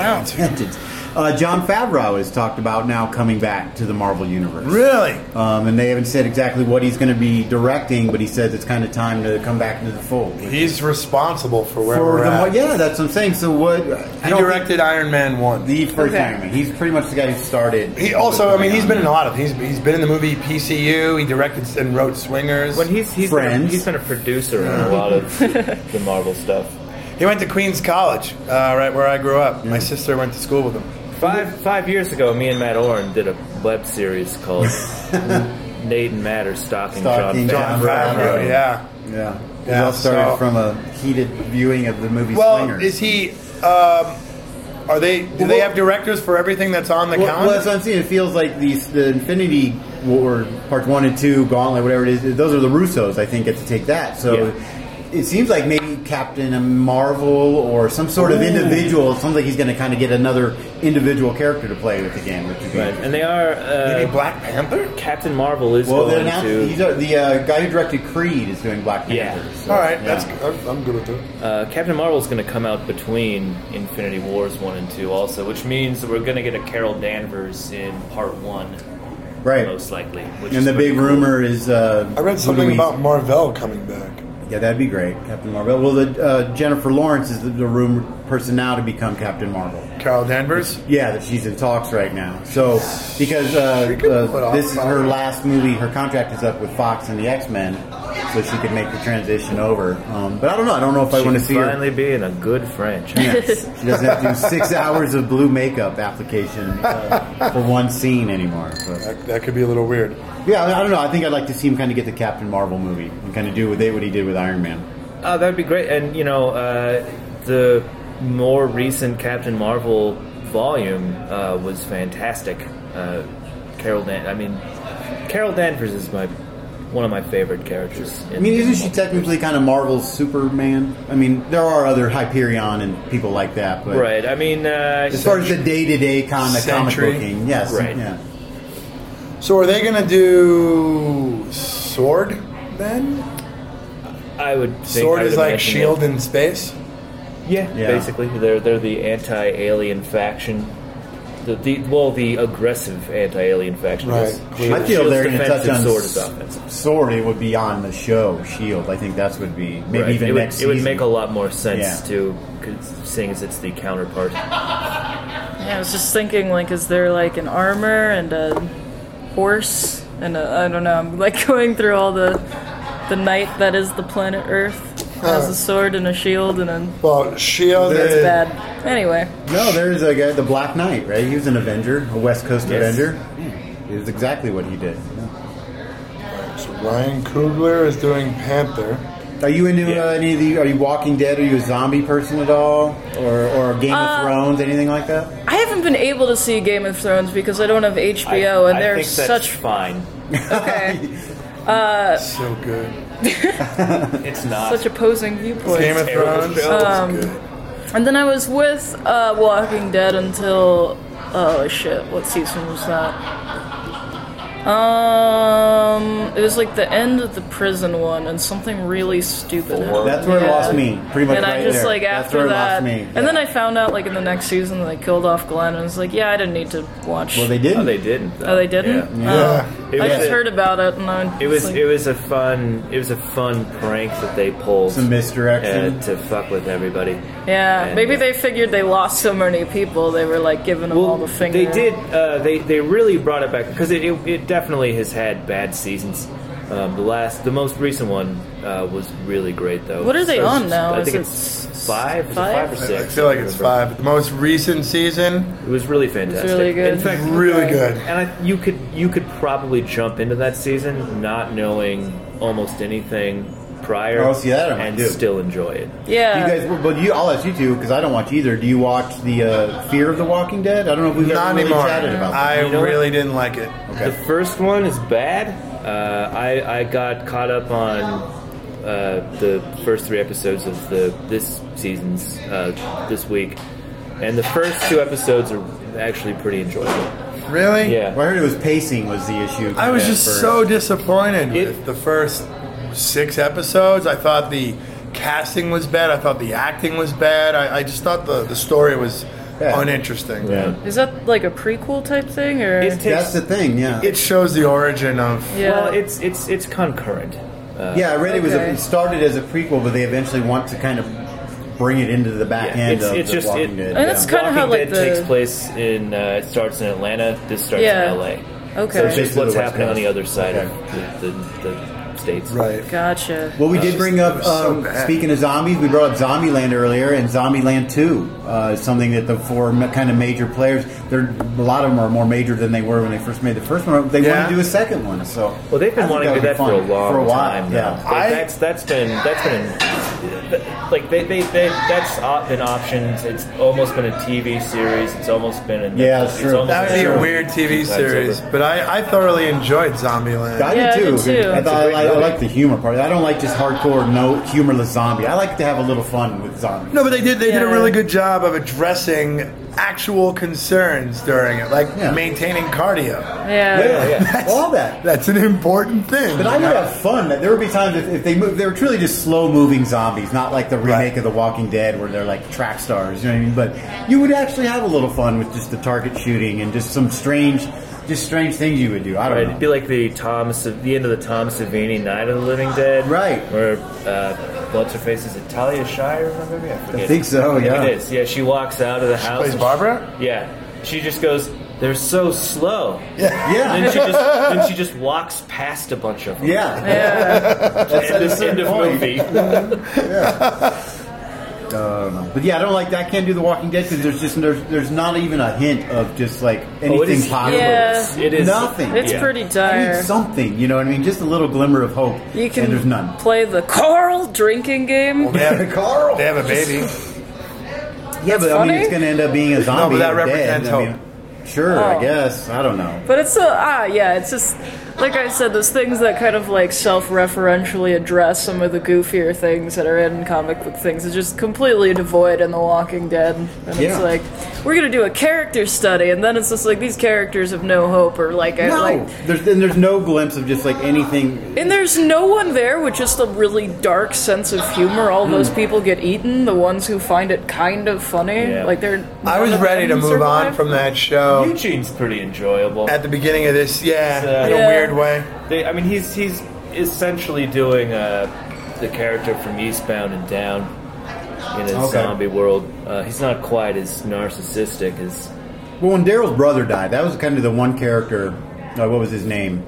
G: Uh, John Favreau has talked about now coming back to the Marvel Universe.
H: Really?
G: Um, and they haven't said exactly what he's going to be directing, but he says it's kind of time to come back into the fold.
H: He's responsible for where
G: For
H: we're
G: the, mo-
H: at.
G: yeah, that's what I'm saying. So what? uh,
H: He directed Iron Man one.
G: the first
B: Okay.
G: Iron Man. He's pretty much the guy who started.
H: He also, I mean, he's been in a lot of. He's he's been in the movie PCU. He directed and wrote Swingers.
F: When he's he's been, a-
G: Friends.
F: he's been a producer on a lot of the Marvel stuff.
H: He went to Queens College, uh, right where I grew up. My sister went to school with him.
F: Five five years ago, me and Matt Oren did a web series called Nate and Matt are stalking,
G: Stalking
F: John.
G: John
F: Favreau.
H: Favreau, yeah.
G: Yeah,
H: Yeah,
G: It all started
H: so-
G: from a heated viewing of the movie
H: Well,
G: Swingers.
H: is he? Um, are they? Do they
G: Well-
H: have directors for everything that's on the
G: well, well,
H: calendar?
G: that's what I'm saying. It feels like these the Infinity War parts one and two, Gauntlet, whatever it is. Those are the Russos, I think, get to take that. So. It seems like maybe Captain Marvel or some sort of individual. It sounds like he's going to kind of get another individual character to play with again, which would be
F: Right, and they are
H: Maybe
F: uh,
H: Black Panther.
F: Captain Marvel is
G: Well, they
F: going
G: announced
F: to
G: he's, uh, the uh, guy who directed Creed is doing Black Panther.
F: Yeah.
G: so,
H: All right,
G: yeah.
H: that's I'm, I'm good with it.
F: Uh, Captain Marvel's going to come out between Infinity Wars 1 and 2 also, which means that we're going to get a Carol Danvers in part 1,
G: right.
F: most likely. Which is
G: And the
F: pretty
G: big
F: cool.
G: rumor is uh,
H: I read something
G: Louise-
H: about Marvel coming back.
G: yeah, that'd be great, Captain Marvel. Well, the uh, Jennifer Lawrence is the, the rumored person now to become Captain Marvel.
H: Carol Danvers.
G: Yeah, that she's in talks right now. So because uh,
H: could put
G: uh,
H: off
G: this is her
H: Fox.
G: last movie, her contract is up with Fox and the X Men, so she could make the transition over. Um, but I don't know. I don't know if I
F: She
G: want to
F: could
G: see her.
F: finally be in a good French.
G: She doesn't have to do six hours of blue makeup application uh, for one scene anymore. But.
H: That, that could be a little weird.
G: Yeah, I I don't know. I think I'd like to see him kind of get the Captain Marvel movie and kind of do what they what he did with Iron Man.
F: Oh, that'd be great. And you know, uh, the more recent Captain Marvel volume uh, was fantastic. Uh, Carol Dan, I mean, Carol Danvers is my one of my favorite characters. In,
G: I mean, isn't she technically kind of Marvel's Superman? I mean, there are other Hyperion and people like that, but
F: right? I mean, uh,
G: as far as the day-to-day comic comic
H: Sentry.
G: booking, yes,
F: Right.
G: yeah.
H: So are they gonna do sword then?
F: I would think,
H: Sword
F: I would
H: is like
F: imagine
H: shield
F: that-
H: E in space.
F: Yeah,
G: Yeah.
F: basically, they're they're the anti-alien faction. The, the well, the aggressive anti-alien faction. is-
H: Right.
F: Shield-
G: I feel
F: Shield's
G: they're going to touch
F: defensive,
G: on
F: sword is
G: s-
F: offensive.
G: Sword, it would be on the show Shield. I think that's would be maybe
F: Right.
G: even
F: it,
G: next
F: would, it would
G: season.
F: make a lot more sense
G: Yeah.
F: to, 'cause seeing as it's the counterpart.
B: Yeah, I was just thinking, like, is there like an armor and a horse and a, I don't know. I'm like going through all the the knight that is the planet Earth has a sword and a shield and a
H: Well,
F: Oh,
H: shield
G: That's
H: E is
B: bad. Anyway,
G: no, there is a guy, the Black Knight, right? He was an Avenger, a West Coast
F: Yes.
G: Avenger. Yeah. It was exactly what he did.
H: So Ryan Coogler is doing Panther.
G: Are you into
F: Yeah.
G: uh, any of the? Are you Walking Dead? Are you a zombie person at all, or or Game of Thrones, anything like that?
B: I haven't been able to see Game of Thrones because I don't have HBO, and
F: I
B: they're
F: think that's
B: such
F: fine.
B: okay,
H: So good.
F: It's not.
B: such opposing viewpoints.
H: Game of
F: terrible
H: Thrones.
F: show.
H: is good.
B: And then I was with uh, Walking Dead until oh shit, what season was that? Um, it was like the end of the prison one, and something really stupid. happened.
G: That's where it
B: Yeah.
G: lost me, pretty much
B: And
G: right
B: I just
G: there.
B: like
G: That's
B: after
G: where it
B: that,
G: lost me.
B: and then
G: Yeah.
B: I found out like in the next season that they killed off Glenn, and I was like, yeah, I didn't need to watch.
G: Well, they didn't.
F: No, they didn't. though.
B: Oh, they didn't? Oh.
F: Yeah.
H: Yeah.
F: It
B: I
F: was
B: just
F: a-
B: heard about it, and I
F: It was
B: like,
F: it was a fun it was a fun prank that they pulled
G: Some misdirection.
F: uh, to fuck with everybody.
B: yeah.
F: And,
B: maybe
F: uh,
B: they figured they lost so many people, they were like giving them all the finger.
F: They did. Uh, they they really brought it back because it, it, it definitely has had bad seasons. Um, the last, the most recent one uh, was really great though.
B: What are they
F: So it's
B: on
F: just-
B: now?
F: I
B: Is
F: think
B: it
F: it's five, is it
B: five?
F: five or
H: I
F: six.
H: feel like it's
F: I don't remember.
H: five. The most recent season,
F: It was really fantastic.
B: really good.
F: In fact,
H: really good.
F: And I, you could you could probably jump into that season not knowing almost anything prior,
G: Oh, see, that I might
F: and
G: do.
F: still enjoy it.
G: You
B: Yeah.
G: guys, but you, I'll ask you two because I don't watch either. Do you watch the uh, Fear of the Walking Dead? I don't know if we've
H: Not
G: ever really
H: anymore.
G: chatted about. that.
H: I
F: You know what?
H: really didn't like it.
F: The first one is bad. Uh, I I got caught up on uh, the first three episodes of the this season's uh, this week, and the first two episodes are actually pretty enjoyable.
H: Really?
F: Yeah,
G: Well, I heard it was pacing was the issue.
H: I was just so disappointed
F: It-
H: with the first six episodes. I thought the casting was bad. I thought the acting was bad. I, I just thought the, the story was
G: Yeah.
H: uninteresting.
G: Yeah.
B: Is that like a prequel type thing or?
F: it takes.
G: That's the thing. Yeah.
H: It shows the origin of.
B: yeah.
F: Well, it's it's it's concurrent. Uh,
G: yeah, I read it was a,
B: Okay.
G: it started as a prequel, but they eventually want to kind of bring it into the back
F: Yeah,
G: end
F: it's-
G: of
F: it's
G: the
F: just-
G: Walking
F: it-
G: Dead.
B: And it's
G: yeah.
B: Kinda
F: Walking
B: how, like,
F: Dead
B: the-
F: takes place in uh, it starts in Atlanta. This starts
B: Yeah.
F: in L.A.
B: Okay.
F: So it's just
G: Basically
F: what's
G: the West
F: happening on
G: Coast.
F: the other side
G: Okay.
F: of the, the, the states.
B: gotcha.
G: Well, we did bring up,
H: was so
G: um,
H: bad.
G: speaking of zombies, we brought up Zombieland earlier, and Zombieland 2 uh, is something that the four ma- kind of major players, they're, a lot of them are more major than they were when they first made the first one. They want
H: Yeah.
G: to do a second one, so.
F: Well, they've been
G: I think
F: wanting to do
G: would be
F: that for a
G: fun.
F: long
G: For a while,
F: time.
G: yeah.
F: now. Like,
H: I-
F: that's that's been that's been like they, they, they that's op- been options. It's almost been a TV series. It's almost been a
G: Yeah,
F: it's
G: true.
F: almost
H: That would be
G: Sure.
H: a weird TV series, but I, I thoroughly enjoyed Zombieland.
G: I
B: Yeah, I
G: do
B: did
G: too.
B: too.
G: I,
B: It's a
G: thought,
F: great
G: I, I
F: movie.
G: like the humor part. I don't like just hardcore, no humorless zombie. I like to have a little fun with zombies.
H: No, but they did. They did a
B: Yeah.
H: really good job of addressing actual concerns during it, like
G: Yeah.
H: maintaining cardio.
B: yeah.
G: yeah. all that.
H: That's an important thing.
G: But I would have fun. There would be times if, if they move, they were truly just slow moving zombies, not like the remake
H: Right.
G: of The Walking Dead where they're like track stars. You know what I mean? But you would actually have a little fun with just the target shooting and just some strange, just strange things you would do. I don't
F: Right,
G: know.
F: it'd be like the Tom, Sav- the end of the Tom Savini Night of the Living Dead,
G: Right.
F: Where uh, Blunterface is it Talia Shire or maybe I forget.
G: think so, yeah.
F: it is. Yeah, she walks out of the house.
H: plays
F: and
H: Barbara?
F: She, yeah, she just goes. They're so slow. And then
G: yeah,
F: she just then she just walks past a bunch of them.
G: yeah.
F: That's at the end of
G: point.
F: movie.
G: I don't know. But yeah, I don't like that. I can't do The Walking Dead because there's just there's there's not even a hint of just like anything
F: Oh, it is
G: positive.
B: Yeah.
F: It is
G: Nothing.
B: It's
F: Yeah.
B: pretty
G: I
B: dire.
G: need something, you know what I mean? Just a little glimmer of hope.
B: You can
G: and there's none.
B: play the Carl drinking game.
H: they, have,
G: Carl.
H: they have a baby.
G: Yeah, but I
B: funny.
G: mean, it's going to end up being a zombie.
H: that
G: or dead.
H: represents
G: I mean,
H: hope.
G: Sure, I
B: Oh.
G: guess. I don't know.
B: But it's so ah yeah, it's just like I said, there's things that kind of like self-referentially address some of the goofier things that are in comic book things. It's just completely devoid in The Walking Dead, and
G: Yeah.
B: it's like we're gonna do a character study, and then it's just like these characters have no hope or like I-
G: No,
B: like
G: there's and there's no glimpse of just like anything.
B: and there's no one there with just a really dark sense of humor. All
F: Hmm.
B: those people get eaten. The ones who find it kind of funny,
F: Yeah.
B: like they're.
H: I was
B: none of
H: ready to
B: them
H: move on
B: survive.
H: from that show
F: Eugene's pretty enjoyable.
H: at the beginning of this. Yeah,
F: Uh,
H: in a
B: Yeah.
H: weird way.
F: They, I mean, he's he's essentially doing uh, the character from Eastbound and Down in a
G: Okay.
F: zombie world. Uh, he's not quite as narcissistic as
G: Well, when Daryl's brother died, that was kind of the one character. Uh, what was his name?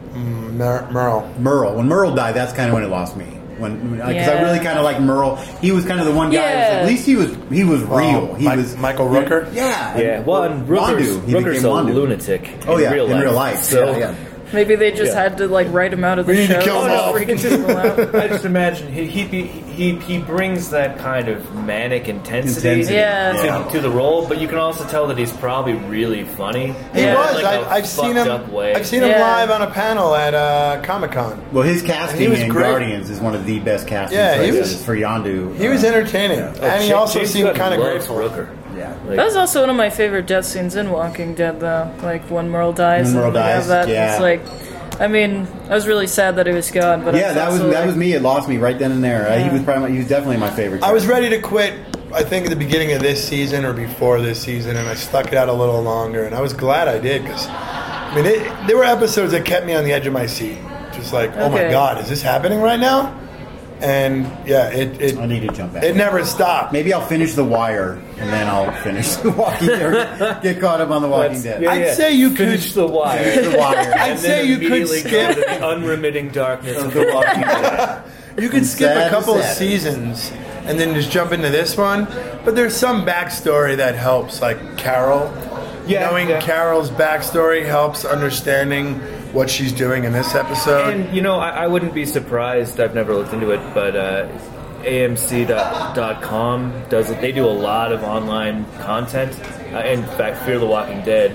H: Mer- Merle.
G: Merle. When Merle died, that's kind of when it lost me. When because I
B: Yeah.
G: really kind of like Merle. He was kind of the one guy. who was-
B: Yeah.
G: at least he was he was real.
H: Oh,
G: he
H: Mi-
G: was
H: Michael Rooker?
G: Yeah.
F: yeah. Well, and Rooker's,
G: Wandu, he
F: Rooker's a
G: became Wandu.
F: lunatic.
G: Oh
F: in
G: yeah,
F: real
G: in
F: life.
G: real life.
F: So
G: yeah, yeah.
B: Maybe they just
F: Yeah.
B: had to like write him out of the
H: We need to
B: show.
H: kill
B: Oh,
H: 'em
B: no,
H: all.
B: freaking kill 'em out.
F: I just imagine he he be- he he brings that kind of manic intensity,
G: Intensity.
B: Yeah.
F: To,
G: Yeah.
F: to the role, but you can also tell that he's probably really funny.
H: He
B: Yeah,
H: was.
F: Like a
H: I, I've seen
F: fucked
H: him.
F: Up way.
H: I've seen him
B: Yeah.
H: live on a panel at uh, Comic Con.
G: Well, his casting
H: was
G: in
H: great.
G: Guardians is one of the best castings
H: Yeah, he
G: choices
H: was-
G: for Yondu.
H: He was
G: Uh,
H: entertaining, and he
F: Ja-
H: also
F: James
H: seemed
F: Gunn
H: kind of
F: loves
H: grateful.
F: Rooker.
G: Yeah.
F: Like,
B: That was also one of my favorite death scenes in Walking Dead, though. Like when Merle dies,
G: When Merle
B: and you have
G: dies,
B: that,
G: yeah.
B: it's like, I mean, I was really sad that he was gone, but I
G: Yeah, that was
B: also
G: that
B: like-
G: was me. It lost me right then and there. Uh, he was probably my- he was definitely my favorite.
H: I was ready to quit. I think at the beginning of this season or before this season, and I stuck it out a little longer. And I was glad I did because, I mean, it, there were episodes that kept me on the edge of my seat, just like, oh my
B: Okay.
H: god, is this happening right now? And yeah, it it,
G: I need to jump back.
H: it never stopped.
G: Maybe I'll finish The Wire and then I'll finish The Walking Dead. Get caught up on The Walking Dead.
F: yeah,
H: I'd
F: yeah.
H: say you could-
F: finish the wire.
G: The Wire.
H: I'd say you could skip.
F: the unremitting darkness of the
G: The Walking Dead.
H: You could skip
G: Sad
H: a
G: to
H: couple of
G: sad.
H: seasons and then just jump into this one, but there's some backstory that helps, like Carol.
F: Yeah,
H: Knowing
F: yeah.
H: Carol's backstory helps understanding what she's doing in this episode.
F: And you know, I, I wouldn't be surprised. I've never looked into it, but uh, AMC.com does it. They do a lot of online content. Uh, in fact, Fear the Walking Dead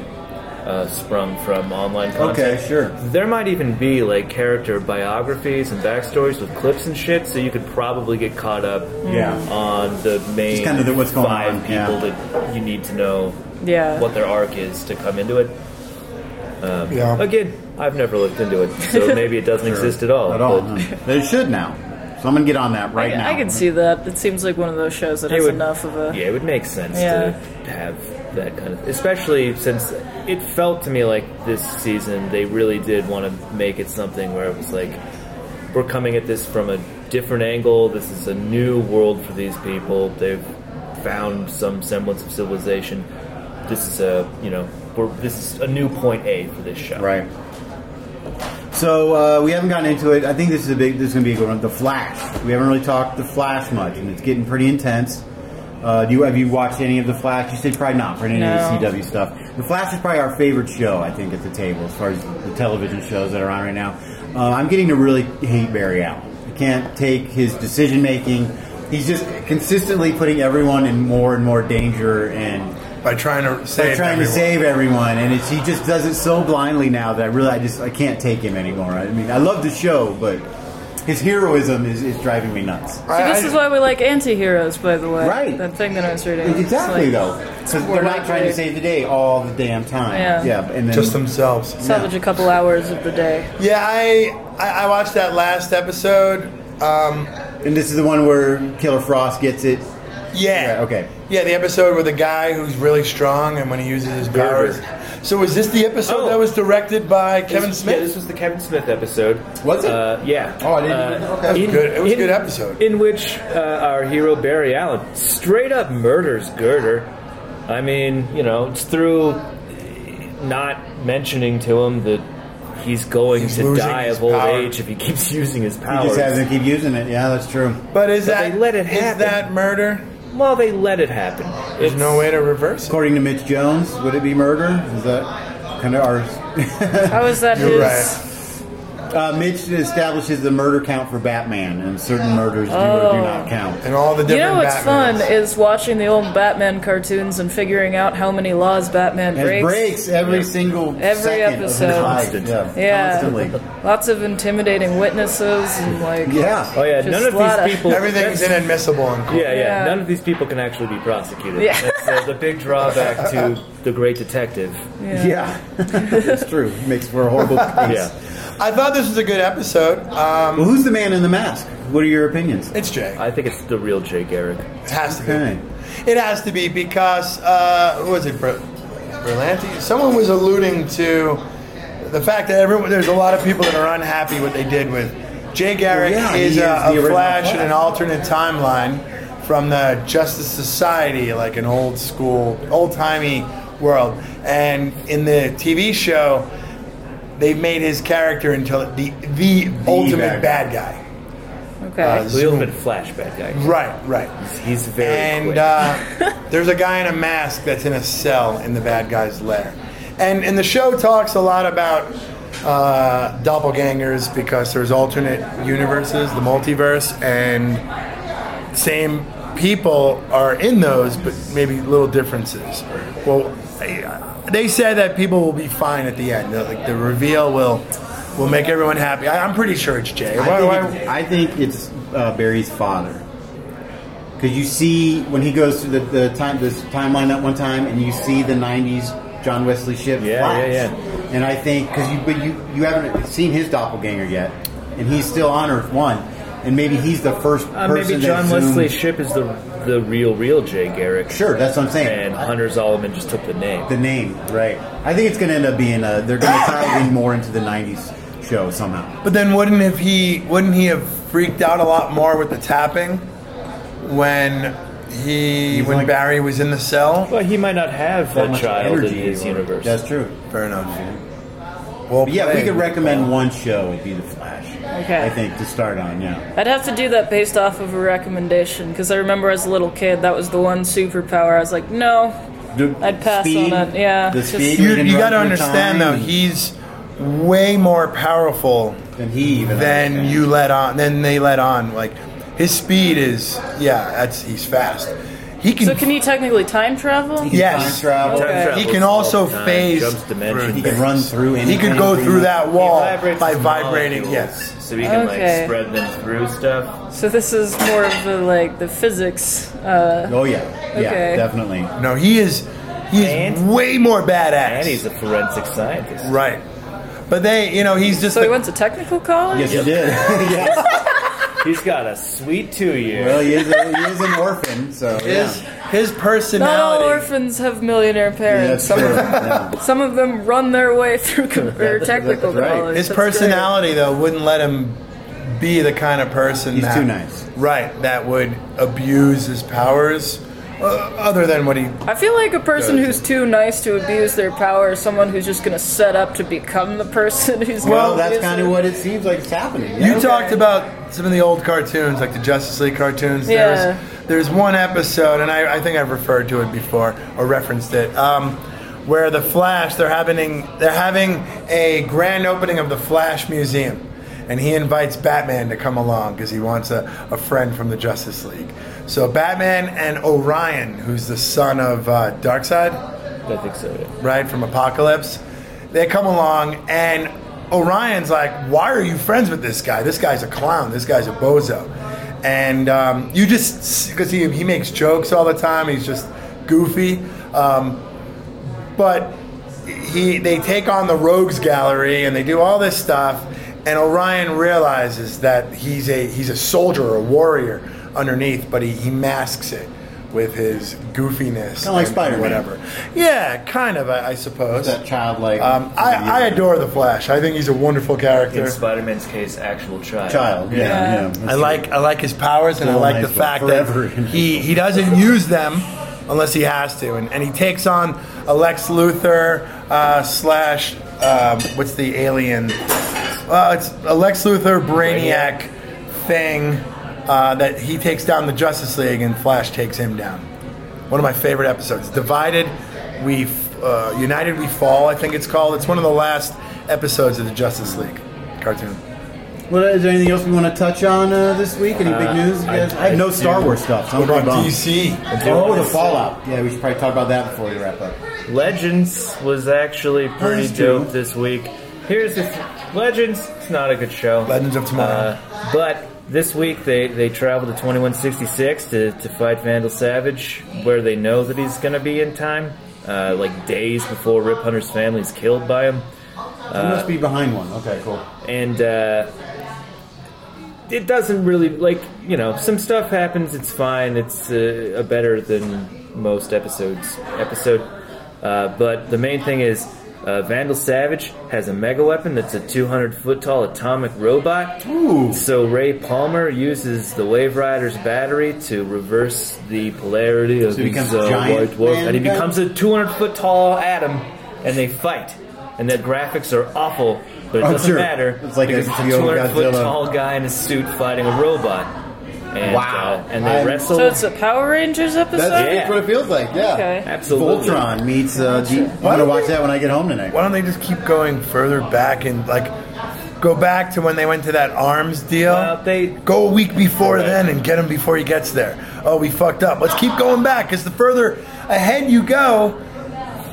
F: uh, sprung from online content.
G: Okay, sure.
F: There might even be like character biographies and backstories with clips and shit, so you could probably get caught up
G: Yeah.
F: on the main
G: Just kind of the- what's going
F: five
G: on,
F: people
G: yeah.
F: that you need to know
B: yeah.
F: what their arc is to come into it.
H: yeah.
F: Again, I've never looked into it, so maybe it doesn't exist at all.
G: At all.
F: but-
G: huh? They should now. So I'm gonna get on that right now.
B: I can see that. It seems like one of those shows that
F: It
B: has
F: would-
B: enough of a.
F: Yeah, it would make sense
B: Yeah.
F: to have that kind of, especially since it felt to me like this season they really did want to make it something where it was like we're coming at this from a different angle. This is a new world for these people. They've found some semblance of civilization. This is a you know we're, this is a new point A for this show.
G: Right. So uh, we haven't gotten into it. I think this is a big. This is going to be a good one. The Flash. We haven't really talked the Flash much, and it's getting pretty intense. Uh, do you have you watched any of the Flash? You said probably not for any
B: No.
G: of the CW stuff. The Flash is probably our favorite show, I think, at the table as far as the television shows that are on right now. Uh, I'm getting to really hate Barry Allen. I can't take his decision making. He's just consistently putting everyone in more and more danger and
H: By trying to
G: by
H: save
G: trying
H: everyone.
G: to save everyone, and it's, he just does it so blindly now that I really, I just, I can't take him anymore. I mean, I love the show, but his heroism is, is driving me nuts.
B: So this is why we like anti-heroes, by the way.
G: Right.
B: That thing that I was reading. It's
G: Exactly,
B: like,
G: though, because they're not trying to save the day all the damn time.
B: Yeah.
G: and then
H: just themselves.
B: Salvage a couple hours of the day.
H: Yeah, I, I I watched that last episode. Um,
G: and this is the one where Killer Frost gets it.
H: yeah.
G: Yeah, okay.
H: Yeah, the episode with the guy who's really strong and when he uses his powers. So was this the episode
F: Oh.
H: that was directed by
F: This-
H: Kevin
F: Yeah, this
H: Smith?
F: was the Kevin Smith episode.
G: Was it?
F: Uh, yeah. Uh,
G: Oh, I didn't even- okay. That
H: was good. It was a good episode.
F: In which uh, our hero Barry Allen straight up murders Girder. I mean, you know, it's through not mentioning to him that he's going
H: He's
F: to
H: losing
F: die
H: his
F: of old
H: power.
F: age if he keeps using his
G: He
F: powers.
G: just has to keep using it. Yeah, that's true.
H: But is
F: But
H: that
F: they let it
H: is
F: happen.
H: that murder?
F: well, they let it happen.
H: There's no way to reverse it.
G: According to Mitch Jones, would it be murder? Is that kind of our?
B: How is that
H: You're
B: his?
G: Uh, Mitch establishes the murder count for Batman, and certain murders do or do
B: Oh.
G: not count.
H: And all the
B: You
H: different
B: know what's
H: Batmans.
B: fun is watching the old Batman cartoons and figuring out how many laws Batman
G: And
B: breaks.
G: breaks, every single
B: Every
G: second Of his
B: episode.
G: life.
F: Constant.
G: Yeah.
B: Yeah.
G: Constantly.
B: Lots of intimidating witnesses and like
G: Yeah.
F: Oh yeah,
B: Just
F: none
B: a lot
F: of
B: of-
F: these people.
H: Everything's
F: that's-
H: inadmissible in court.
F: Yeah, yeah,
B: Yeah.
F: None of these people can actually be prosecuted.
B: Yeah.
F: That's uh, the big drawback to the Great Detective.
G: Yeah. it's true. Makes for a horrible case.
F: Yeah.
H: I thought this was a good episode. Um,
G: Well, who's the man in the mask? What are your opinions?
H: it's Jay.
F: I think it's the real Jay Garrick.
H: It has to
G: Okay.
H: be. It has to be because uh, who was it? Br- Berlanti. Someone was alluding to the fact that everyone, there's a lot of people that are unhappy what they did with Jay Garrick
G: Well, yeah,
H: is
G: he
H: a,
G: is the
H: a
G: original
H: flash in
G: Flash.
H: an alternate timeline from the Justice Society, like an old school, old timey world. And in the TV show, they made his character until the the, ultimate
G: bad
H: bad guy.
B: okay.
H: Uh,
F: The ultimate flashback guy.
H: Right, right.
F: He's very
H: and
F: quick.
H: uh, there's a guy in a mask that's in a cell in the bad guy's lair. And, and the show talks a lot about uh, doppelgangers because there's alternate universes, the multiverse, and same people are in those, but maybe little differences. Well, I- they said that people will be fine at the end. Like the reveal will will make everyone happy. I, I'm pretty sure it's Jay. Why-
G: I, think
H: why-
G: it- I think it's uh, Barry's father. Because you see when he goes through the, the time this timeline that one time, and you see the '90s John Wesley ship
F: Yeah,
G: flash.
F: yeah, yeah.
G: And I think because you but you you haven't seen his doppelganger yet, and he's still on Earth One, and maybe he's the first
F: Uh,
G: person.
F: maybe John
G: that zoomed-
F: Wesley Ship is the the real, real Jay Garrick.
G: Sure, that's what I'm saying.
F: And Hunter Zolomon just took the name.
G: the name, right? I think it's going to end up being a, they're going to tie in more into the '90s show somehow.
H: But then wouldn't if he wouldn't he have freaked out a lot more with the tapping when he
G: He's
H: when
G: like-
H: Barry was in the cell?
F: well, he might not have
G: That
F: a
G: much
F: child in
G: energy
F: his
G: or-
F: universe.
G: That's true.
H: Fair enough. Well,
G: But yeah, if we
H: played.
G: could recommend one show, it'd be The Flash.
B: Okay.
G: I think to start on, yeah.
B: I'd have to do that based off of a recommendation because I remember as a little kid that was the one superpower I was like, no.
G: The
B: I'd pass on it, yeah.
G: The
B: Just-
G: speed.
H: You,
G: can
H: you
G: run
H: got to
G: through
H: understand
G: time
H: though, he's way more powerful
G: than he even.
H: than
G: understands.
H: you let on than they let on. Like his speed is yeah, that's he's fast. He can
B: So can you technically time travel?
G: He can
H: yes.
G: time travel.
B: Okay.
H: he
F: Travels
H: can
F: all
H: also
F: the time,
H: phase
F: jumps dimensions.
G: He can run through.
H: He
G: anything
H: could go
G: pretty
H: through
G: much.
H: that
F: He
H: wall
F: vibrates
H: by
F: his
H: vibrating.
F: molecules,
H: Yes.
F: So he can
B: Okay.
F: like spread them through stuff.
B: So this is more of the like the physics. Uh,
G: Oh yeah, yeah,
B: Okay.
G: definitely.
H: No, he is he is
F: And-
H: way more badass.
F: And he's a forensic scientist.
H: right. But they, you know, he's just
B: so he
H: the-
B: went to technical college.
G: Yes, he did. yes.
F: He's got a sweet two year.
G: Well, he is, a, he is an orphan, so
H: his
G: yeah.
H: his
B: Not all
H: personality.
B: orphans have millionaire
G: Yeah,
B: parents.
G: that's true. Yeah.
B: Some of them run their way through com- or technical
G: right.
B: college.
H: his
B: That's great.
H: personality though wouldn't let him be the kind of person
G: He's
H: that,
G: too nice.
H: Right, that would abuse his powers uh, other than what he
B: I feel like a person who's too nice to abuse their power is someone who's just going to set up to become the person who's. gonna
G: Well, that's
B: abuse
G: kind
B: it.
G: of what it seems like is happening.
H: You
G: Yeah.
H: talked about some of the old cartoons, like the Justice League cartoons.
B: Yeah.
H: There's, there's one episode, and I, I think I've referred to it before or referenced it, um, where the Flash they're having they're having a grand opening of the Flash Museum, and he invites Batman to come along because he wants a, a friend from the Justice League. So Batman and Orion, who's the son of uh, Darkseid
F: I think so. yeah.
H: right, from Apocalypse. They come along, and Orion's like, Why are you friends with this guy? This guy's a clown. This guy's a bozo. And um, you just, because he, he makes jokes all the time, he's just goofy. Um, but he they take on the rogues gallery and they do all this stuff and orion realizes that he's a he's a soldier or a warrior underneath but he, he masks it with his goofiness
G: Kinda like
H: and- and
G: Spider-Man.
H: whatever yeah kind of i, I suppose
G: that childlike.
H: um, I, I adore the flash i think he's a wonderful
F: In
H: character
F: Spider Man's case, actual child.
G: child. Yeah,
B: Yeah.
G: yeah.
H: I like I like his powers and I
G: Still
H: like
G: nice,
H: the
G: but
H: fact
G: forever.
H: that he, he doesn't use them unless he has to, and, and he takes on a Lex Luthor uh, slash uh, what's the alien? Uh, it's a Lex Luthor Brainiac thing uh, that he takes down the Justice League and Flash takes him down. One of my favorite episodes. Divided, we f- uh, united, we fall. I think it's called. It's one of the last episodes of the Justice League. cartoon.
G: Well, is there anything else we want to touch on uh, this week? Any big news?
F: I-
G: I, I have no Star Wars stuff. So
H: What
G: I'm pretty
H: about
G: bummed.
H: DC?
G: Oh, the Fallout. Yeah, we should probably talk about that before we wrap up.
F: Legends was actually pretty
G: Let's do.
F: dope this week. Here's the th- Legends. It's not a good show.
H: Legends of Tomorrow.
F: Uh, but this week they they travel to 2166 to to fight Vandal Savage, where they know that he's gonna be in time, uh, like days before Rip Hunter's family is killed by him.
G: You must be behind one. Okay, cool.
F: and uh, it doesn't really like you know some stuff happens. It's fine. It's uh, a better than most episodes episode, uh, but the main thing is. Uh, Vandal Savage has a mega weapon that's a 200 foot tall atomic robot.
G: Ooh.
F: So Ray Palmer uses the Wave Rider's battery to reverse the polarity of
G: So he becomes
F: his, uh,
G: giant
F: white dwarf, and he
G: man-guy?
F: becomes a 200 foot tall atom, and they fight. And the graphics are awful, but it
G: I'm
F: doesn't
G: sure.
F: matter.
G: It's like a
F: because it's a
G: young
F: 200 foot
G: Godzilla.
F: tall guy in a suit fighting a robot. And,
G: Wow.
F: uh, and they
G: I'm-
F: wrestle.
B: So it's a Power Rangers episode.
G: That's
F: Yeah.
G: what it feels like. Yeah.
B: Okay.
F: Absolutely.
G: Voltron meets. Uh, D- I'm
H: Why
G: gonna
H: don't
G: watch
H: they-
G: that when I get home tonight.
H: Why don't they just keep going further back and like go back to when they went to that arms deal?
F: Well, they-
H: go a week before then and get him before he gets there. Oh, we fucked up. Let's keep going back because the further ahead you go,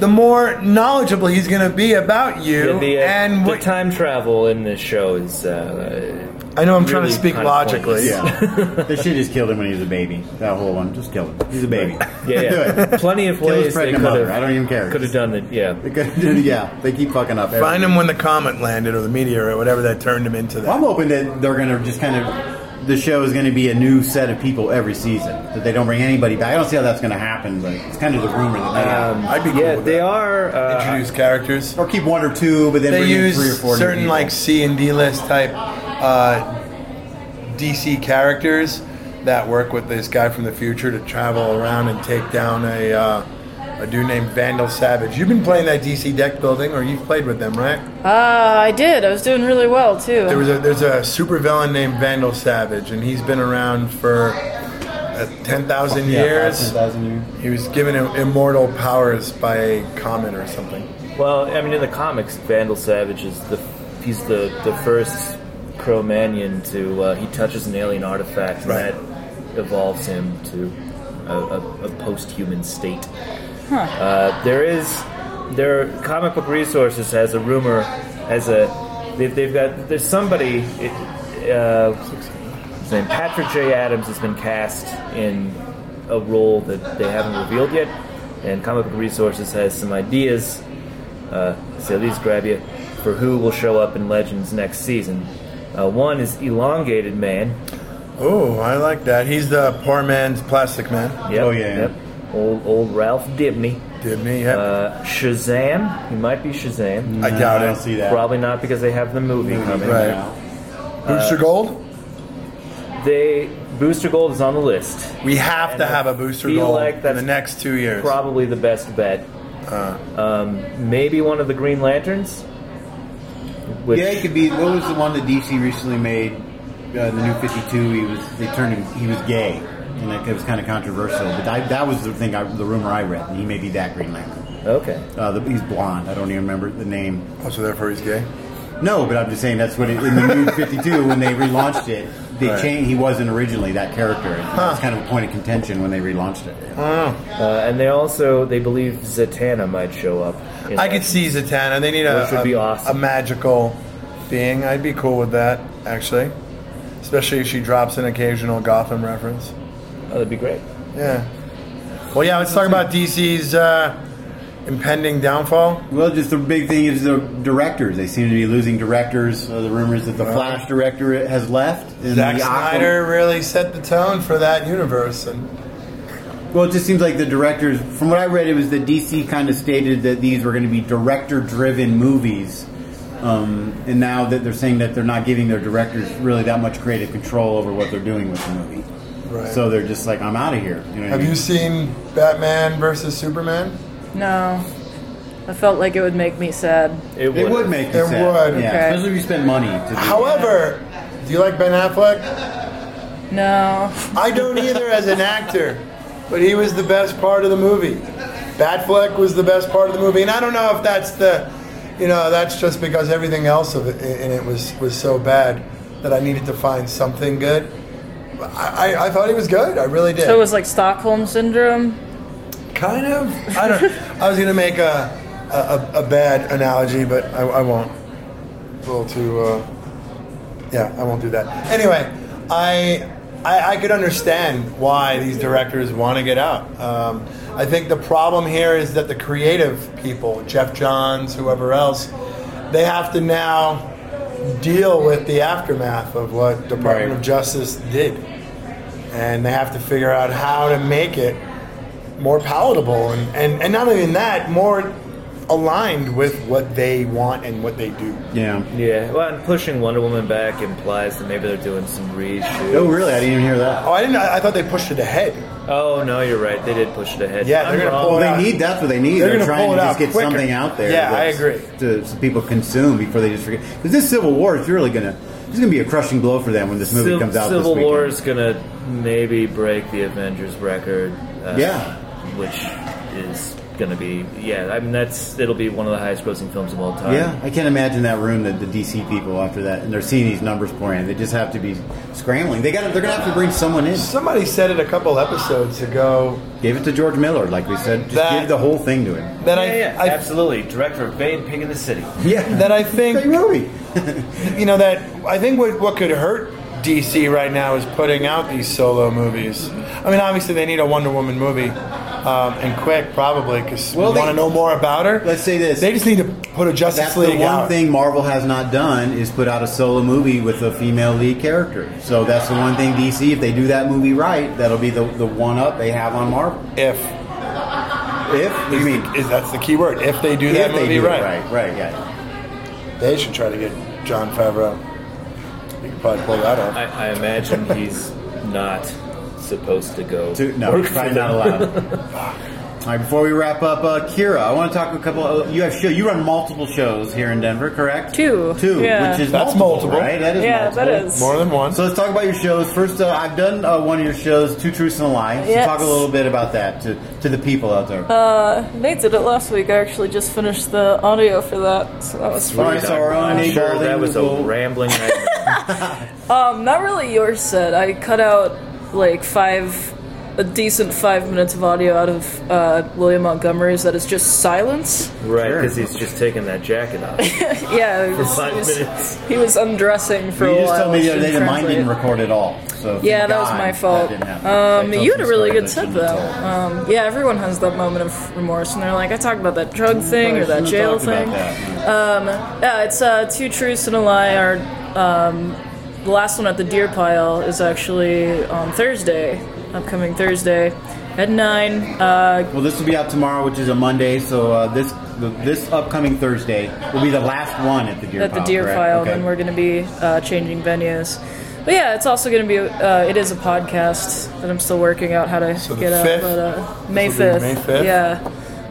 H: the more knowledgeable he's going to be about you
F: Yeah, the, uh,
H: and
F: the
H: what
F: time travel in this show is. Uh,
H: I know I'm trying to
F: really
H: speak
F: kind of
H: logically.
F: pointless.
G: Yeah. they should just killed him when he was a baby. That whole one. Just kill him. He's a baby.
F: yeah,
G: Do
F: yeah.
G: it.
F: plenty of
G: Kill his
F: ways they
G: pregnant
F: could
G: mother.
F: have.
G: I don't even care.
F: Could have done it. Yeah.
G: yeah, they keep fucking up.
H: Find him when the comet landed or the meteor or whatever that turned him into that.
G: Well, I'm hoping that they're going to just kind of. The show is going to be a new set of people every season. That they don't bring anybody back. I don't see how that's going to happen, but it's kind of the rumor that they have.
H: I'd be cool
F: Yeah,
H: with
F: they
H: that.
F: are. Uh,
H: Introduce characters.
G: Or keep one or two, but then
H: they
G: bring in three or
H: use
G: four new
H: certain
G: people.
H: like C and D list type uh, DC characters that work with this guy from the future to travel around and take down a uh, a dude named Vandal Savage. You've been playing that DC deck building, or you've played with them, right?
B: Ah, I did. I was doing really well too.
H: There was a there's a super villain named Vandal Savage, and he's been around for uh, ten thousand
G: Yeah,
H: years.
G: 10,000 years.
H: He was given immortal powers by a comet or something.
F: Well, I mean, in the comics, Vandal Savage is the he's the the first Cro-Magnon to uh, he touches an alien artifact and
H: Right.
F: that evolves him to a, a, a post-human state. Uh, there is there comic book resources has a rumor as a they've, they've got there's somebody it, uh, his name Patrick J Adams has been cast in a role that they haven't revealed yet, and comic book resources has some ideas uh, so these grab you for who will show up in Legends next season. Uh, one is Elongated Man.
H: Oh, I like that. He's the poor man's plastic man.
F: Yep,
G: Oh, yeah.
F: Yep. Old old Ralph Dibney.
H: Dibney, yeah.
F: Uh, Shazam. He might be Shazam.
H: I doubt
G: I
H: it.
G: don't see that.
F: Probably not because they have the movie coming.
H: Right. Booster Gold?
F: They Booster Gold is on the list.
H: We have
F: And
H: to
F: I
H: have a Booster
F: feel
H: Gold
F: like
H: in
F: that's
H: the next two years.
F: Probably the best bet. Um, maybe one of the Green Lanterns. Which,
G: Yeah, it could be. What was the one that DC recently made? Uh, the New Fifty Two. He was they turned him. He was gay, and that, it was kind of controversial. But I, that was the thing. I, the rumor I read. And he may be that Green Lantern.
F: Okay.
G: Uh, the, he's blonde. I don't even remember the name.
H: Oh, so therefore he's gay.
G: No, but I'm just saying that's what it, in the New Fifty Two when they relaunched it. They
H: Right.
G: changed. He wasn't originally that character. It was kind of a point of contention when they relaunched it.
F: Uh, and they also they believe Zatanna might show up. in
H: I could
F: Legends.
H: see Zatanna. They need a,
F: Which would be
H: a-
F: awesome.
H: a magical being. I'd be cool with that, actually. Especially if she drops an occasional Gotham reference.
F: Oh, that'd be great.
H: Yeah. Well, yeah, let's talk about DC's uh, impending downfall.
G: Well, just the big thing is the directors. They seem to be losing directors. Uh, the rumor is that the Flash director has left. and
H: Zack
G: the Aqua-
H: Snyder really set the tone for that universe. And
G: Well, it just seems like the directors, from what I read, it was that DC kind of stated that these were going to be director-driven movies, um, and now that they're saying that they're not giving their directors really that much creative control over what they're doing with the movie.
H: Right.
G: So they're just like, I'm out of here. You know what I
H: have
G: mean?
H: you seen Batman versus Superman?
B: no, I felt like it would make me sad.
F: It
G: It would make you
H: It
G: sad.
H: would.
G: yeah.
B: Okay.
G: Especially if you spend money. To do
H: However, do you like Ben Affleck?
B: No,
H: I don't either as an actor, but he was the best part of the movie. Batfleck was the best part of the movie, and I don't know if that's the you know, that's just because everything else of it in it was was so bad that I needed to find something good. I, I, I thought he was good. I really did.
B: So it was like Stockholm syndrome.
H: kind of. I don't. I was gonna make a a, a, a bad analogy, but I, I won't. It's a little too. Uh, yeah, I won't do that. Anyway, I I, I could understand why these directors want to get out. Um, I think the problem here is that the creative people, Jeff Johns, whoever else, they have to now deal with the aftermath of what Department
G: Right.
H: of Justice did, and they have to figure out how to make it more palatable and, and, and not even that, more aligned with what they want and what they do.
G: Yeah.
F: Yeah, well, and pushing Wonder Woman back implies that maybe they're doing some reshoot.
G: Oh, really? I didn't even hear that.
H: Oh, I didn't. I I thought they pushed it ahead.
F: Oh no, you're right. They did push it ahead.
H: Yeah,
F: I'm
H: they're gonna
F: wrong.
H: pull it
G: Well, they need. That's what they need.
H: They're
G: They're,
H: gonna
G: trying
H: pull
G: to
H: it
G: just
H: out
G: get
H: quicker.
G: something out there.
H: Yeah, I
G: that's-
H: agree.
G: To, so people consume before they just forget. Because this Civil War is really gonna. This is gonna be a crushing blow for them when this movie
F: Civ-
G: comes out.
F: Civil
G: this
F: War
G: weekend.
F: is gonna maybe break the Avengers record. Uh,
G: Yeah.
F: which is gonna be yeah. I mean that's it'll be one of the highest grossing films of all time.
G: Yeah, I can't imagine that room that the DC people after that, and they're seeing these numbers pouring. in. They just have to be scrambling. They got. to They're gonna have to bring someone in.
H: Somebody said it a couple episodes ago.
G: Give it to George Miller, like we said. Just
H: That-
G: give the whole thing to him.
H: That
F: yeah,
H: I,
F: yeah,
H: I
F: absolutely. Director of Bane, Pig in the City.
G: Yeah,
H: that I
G: great
H: think
G: movie.
H: you know that I think what what could hurt DC right now is putting out these solo movies. I mean, obviously they need a Wonder Woman movie. Um, and quick, probably, because
G: Well,
H: we
G: they-
H: want to know more about her.
G: Let's say this.
H: They just need to put a Justice
G: That's the
H: League
G: one
H: out.
G: thing Marvel has not done is put out a solo movie with a female lead character. So that's the one thing DC, if they do that movie right, that'll be the, the one up they have on Marvel.
H: If
G: If you mean
H: is that's the key word. If they do
G: if
H: that
G: they
H: movie
G: do it
H: right.
G: right, right, yeah.
H: They should try to get John Favreau. You could probably pull that off.
F: I, I imagine he's not supposed to go.
G: To, no,
F: work for
G: probably
F: them.
G: not allowed. All right, before we wrap up, uh, Kira, I want to talk a couple. Of, you have show, you run multiple shows here in Denver, correct?
B: Two,
G: two,
B: yeah.
G: which is
H: That's multiple.
G: right? That is
B: yeah,
G: multiple.
B: that is.
H: More than one.
G: So let's talk about your shows. First, uh, I've done uh, one of your shows, Two Truths and a Lie. So
B: Yes.
G: talk a little bit about that to, to the people out there.
B: Nate did it last week. I actually just finished the audio for that, so that was fun.
G: Alright, so our own
F: I'm sure
G: Eagle
F: that was a
G: Eagle.
F: rambling nightmare.
B: Um, not really your set. I cut out like five, a decent five minutes of audio out of uh, William Montgomery's that is just silence.
F: right, because he's just taking that jacket off.
B: Yeah, it was-
F: five
B: he was,
F: minutes.
B: he was undressing for
G: you
B: a
G: just
B: while.
G: told me the other
B: which
G: day that mine
B: translate.
G: didn't record at all. So
B: Yeah,
G: thank
B: that was
G: God
B: my fault.
G: didn't happen.
B: Um,
G: I told
B: you had
G: some
B: a really
G: stories
B: good
G: I
B: set
G: shouldn't
B: though.
G: have told.
B: Um, yeah, everyone has that moment of remorse, and they're like, "I talked about that drug thing or
G: Probably
B: that
G: shouldn't have
B: jail
G: talked about
B: thing."
G: that.
B: Yeah, it's uh, two truths and a lie. Our um, the last one at the deer pile is actually on Thursday, upcoming Thursday at nine. Uh,
G: Well, this will be out tomorrow, which is a Monday. So uh, this the, this upcoming Thursday will be the last one at the Deer
B: at
G: Pile.
B: the deer
G: correct?
B: pile,
G: Oh, Okay.
B: and we're going to be uh, changing venues. But yeah, it's also going to be. Uh, it is a podcast that I'm still working out how to
H: So the
B: get up.
H: 5th?
B: But uh, May
H: This will be
B: fifth,
H: May 5th?
B: yeah.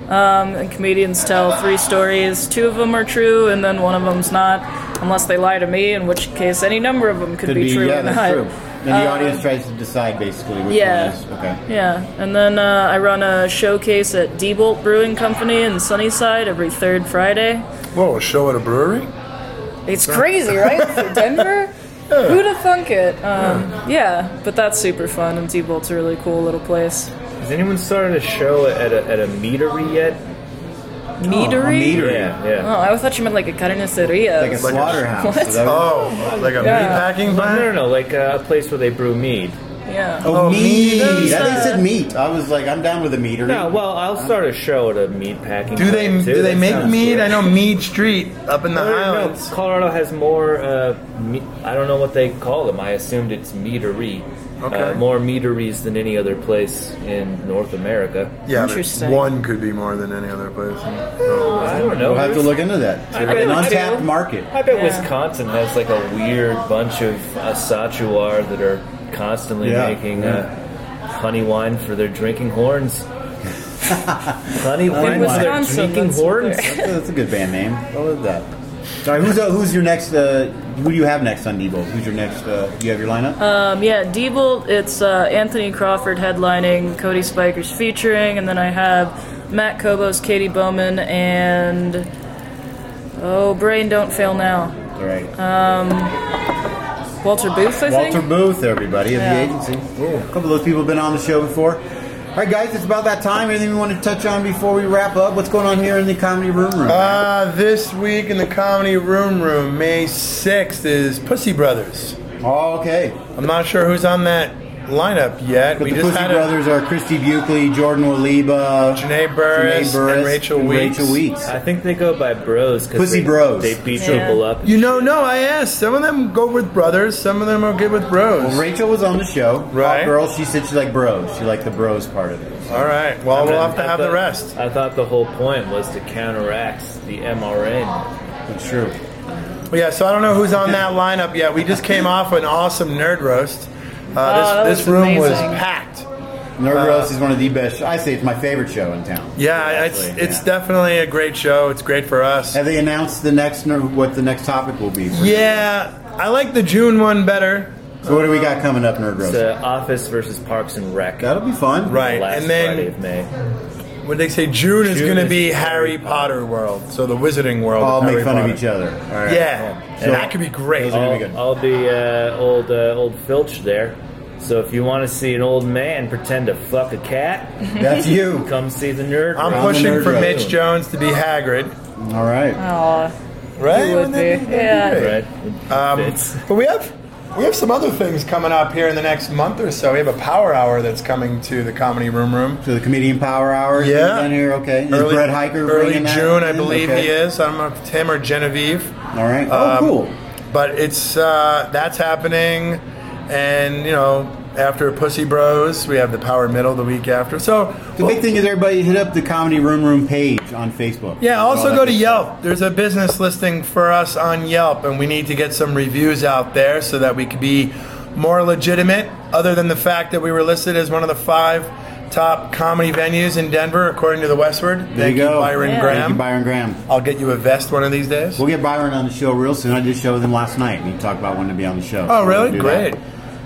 B: Um, and comedians tell three stories. Two of them are true, and then one of them's not, unless they lie to me. In which case, any number of them could,
G: could be,
B: true
G: yeah,
B: or
G: that's
B: not. Um,
G: true. And the audience tries to decide basically which
B: yeah.
G: one is okay.
B: Yeah, and then uh, I run a showcase at Diebolt Brewing Company in Sunnyside every third Friday.
H: Whoa, a show at a brewery?
B: It's crazy, right? For Denver? Who'd have thunk it? Um, yeah, but that's super fun, and Diebold's a really cool little place.
F: Has anyone started a show at a, at a meadery yet?
B: Meadery?
G: Meter,
F: Yeah, yeah.
B: Oh, I thought you meant like a carniceria.
G: like a slaughterhouse.
B: What?
G: Is that what-
H: Oh, like a meat
F: No,
H: packing
F: no,
H: plant?
F: no, like uh, a place where they brew mead.
B: Yeah.
G: Oh,
H: Oh,
G: meat!
H: meat.
G: I think it said meat. I was like, I'm down with a meter.
F: No, well, I'll start a show at a mead packing.
H: Do they
F: plant, too.
H: do they
F: That
H: make
F: sounds
H: mead?
F: good.
H: I know Mead Street up in the
F: No, no, no,
H: Highlands.
F: Colorado has more. Uh, me- I don't know what they call them. I assumed it's meadery.
H: Okay.
F: Uh, more meaderies than any other place in North America.
H: Yeah,
B: Interesting.
H: but one could be more than any other place.
F: I don't know.
G: We'll have to
F: There's-
G: look into that.
F: I bet-
G: An
F: I bet-
G: untapped market.
F: I bet
B: Yeah.
F: Wisconsin has like a weird bunch of Asatuar that are constantly
G: Yeah,
F: making
G: yeah.
F: Uh, honey wine for their drinking horns. honey wine for their
B: Wisconsin,
F: drinking
B: that's what
F: horns.
G: That's a- that's a good band name. I love that. All right, who's uh, who's your next? Uh, who do you have next on Debo? Who's your next? Uh, do you have your lineup?
B: Um, yeah, Diebold, it's uh, Anthony Crawford headlining, Cody Spikers featuring, and then I have Matt Kobos, Katie Bowman, and Oh, brain, don't fail now.
G: All right.
B: Walter Booth, uh, I
G: Walter
B: think.
G: Booth, everybody of
B: Yeah.
G: the agency. A couple of those people have been on the show before. All right, guys, it's about that time. Anything we want to touch on before we wrap up? What's going on here in the comedy room room?
H: Uh, this week in the Comedy Room Room, May 6th, is Pussy Brothers.
G: oh, okay.
H: I'm not sure who's on that lineup yet.
G: But the Pussy
H: a-
G: Brothers are Christy Buckley, Jordan Waliba,
H: Janae Burris and Rachel
G: and
H: Weeks.
G: Rachel Weeks.
F: I think they go by bros. 'cause
G: Pussy
F: they,
G: Bros.
F: They beat
B: Yeah.
F: people up.
H: You know, no, I asked. Some of them go with brothers, some of them are good with bros.
G: Well, Rachel was on the show.
H: Right.
G: Hot girl, she said she liked bros. She liked the bros part of it.
H: All right. Well, we'll have to
F: I
H: have the
F: thought-
H: rest.
F: I thought the whole point was to counteract the MRN.
G: That's true.
H: Well, yeah, so I don't know who's on that lineup yet. We just came off an awesome nerd roast. Uh,
B: Oh, that
H: this this
B: was
H: room was
B: amazing.
H: packed.
G: Nerd Roast is one of the best. I say it's my favorite show in town.
H: Uh, Yeah, it's
G: Honestly,
H: it's
G: yeah.
H: definitely a great show. It's great for us.
G: Have they announced the next ner- what the next topic will be? for-
H: Yeah, I like the June one better.
G: So what do we got coming up, Nerd Roast?
F: It's uh, Office versus Parks and Rec.
G: That'll be fun.
H: Right,
F: Last
H: and then-
F: Friday of May.
H: What they say June is
F: June
H: going to
F: is
H: be
F: Harry
H: Harry Potter world, so the Wizarding world.
G: All
H: of
G: make
H: Harry
G: fun
H: Potter.
G: of each other. All right.
H: Yeah,
G: So-
H: and that could be great.
G: Those are gonna be
F: I'll, I'll be uh, old uh, old Filch there. So if you want to see an old man pretend to fuck a cat,
G: That's you.
F: come see the nerd.
H: I'm
F: Room.
G: the
H: pushing
G: nerd
H: for
G: road.
H: Mitch Jones to be Hagrid.
G: All right.
B: Aw.
H: Right?
B: It would
H: Wouldn't that
B: be,
H: that'd
B: yeah.
H: great?
F: Right?
H: Um,
F: Fits.
H: but we have we have some other things coming up here in the next month or so. We have a power hour that's coming to the comedy room room.
G: So the comedian power hour. is
H: Yeah.
G: down here. Okay. Is Brett Hiker
H: early
G: bringing that
H: June, I
G: in?
H: believe
G: Okay.
H: he is. I don't know if it's him or Genevieve.
G: All right. Oh,
H: Um,
G: cool.
H: But it's uh, that's happening, and you know, after Pussy Bros, we have the Power Middle the week after. So oh,
G: The big thing is everybody hit up the comedy room room page on Facebook.
H: Yeah,
G: All
H: also
G: that
H: go to
G: good
H: Yelp. There's a business listing for us on Yelp, and we need to get some reviews out there so that we could be more legitimate, other than the fact that we were listed as one of the five top comedy venues in Denver, according to the Westward.
G: There
H: Thank
G: you go,
H: Byron
B: Yeah.
H: Graham.
G: Thank you, Byron Graham.
H: I'll get you a vest one of these days.
G: We'll get Byron on the show real soon. I did a show with him last night. We talked about wanting to be on the show.
H: Oh, really?
G: We'll do that.
H: Great.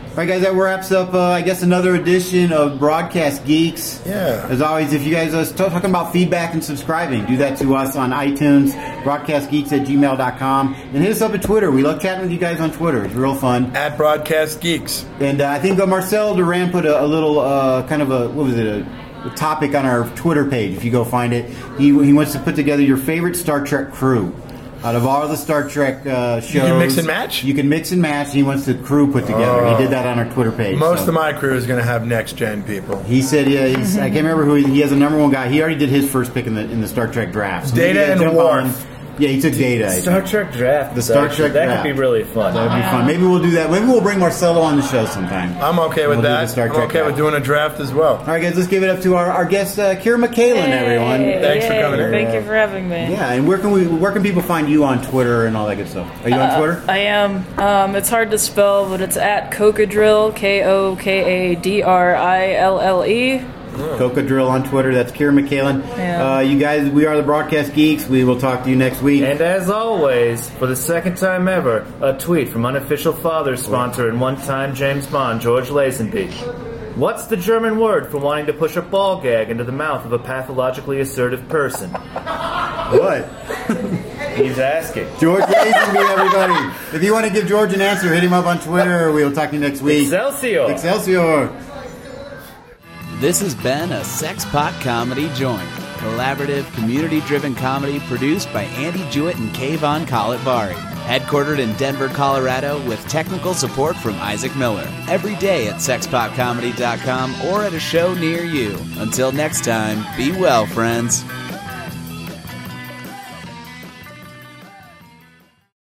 G: All right, guys, that wraps up, uh, I guess, another edition of Broadcast Geeks.
H: Yeah.
G: As always, if you guys are still talking about feedback and subscribing, do that to us on iTunes, broadcastgeeks at gmail.com, and hit us up at Twitter. We love chatting with you guys on Twitter. It's real fun.
H: At Broadcast Geeks.
G: And uh, I think uh, Marcel Duran put a, a little uh, kind of a what was it a, a topic on our Twitter page. If you go find it, he, he wants to put together your favorite Star Trek crew out of all the Star Trek uh, shows.
H: can mix and match?
G: You can mix and match. And he wants the crew put together. he did that on our Twitter page.
H: Most
G: so-
H: of my crew is going to have next gen people.
G: He said, "Yeah, he's, I can't remember who he, he has. A number one guy. He already did his first pick in the in the Star Trek draft. So maybe
H: Data
G: he'll
H: and
G: jump
H: Worf.
G: on- Yeah, he took data. I
F: Star
G: think.
F: Trek draft.
G: The
F: is
G: Star
F: actually-
G: Trek
F: that
G: draft.
F: could be really fun.
G: That'd be fun. Maybe we'll do that. Maybe we'll bring Marcelo on the show sometime.
H: I'm okay with
G: We'll do the
H: that.
G: Star
H: I'm
G: Trek
H: okay
G: draft.
H: with doing a draft as well.
G: All right, guys, let's give it up to our, our guest, uh, Kira McKalen, everyone.
B: Hey,
H: Thanks for
B: yay.
H: coming in.
B: Thank you for having me.
G: Yeah, and where can we where can people find you on Twitter and all that good stuff? Are you on Twitter?
B: I am. Um, it's hard to spell, but it's at Cocadrill, K O K A D R I L L E.
G: Coca Drill on Twitter. That's Kira McKalen.
B: Yeah.
G: Uh, you guys, we are the Broadcast Geeks. We will talk to you next week.
F: And as always, for the second time ever, a tweet from unofficial father sponsor and one-time James Bond, George Lazenby. What's the German word for wanting to push a ball gag into the mouth of a pathologically assertive person?
G: what?
F: He's asking.
G: George Lazenby, everybody. If you want to give George an answer, hit him up on Twitter. We will talk to you next week.
F: Excelsior!
G: Excelsior.
A: This has been a Sex Pot Comedy Joint, collaborative, community driven comedy produced by Andy Jewett and Kayvon Kalatvari. Headquartered in Denver, Colorado, with technical support from Isaac Miller. Every day at sexpotcomedy.com or at a show near you. Until next time, be well, friends.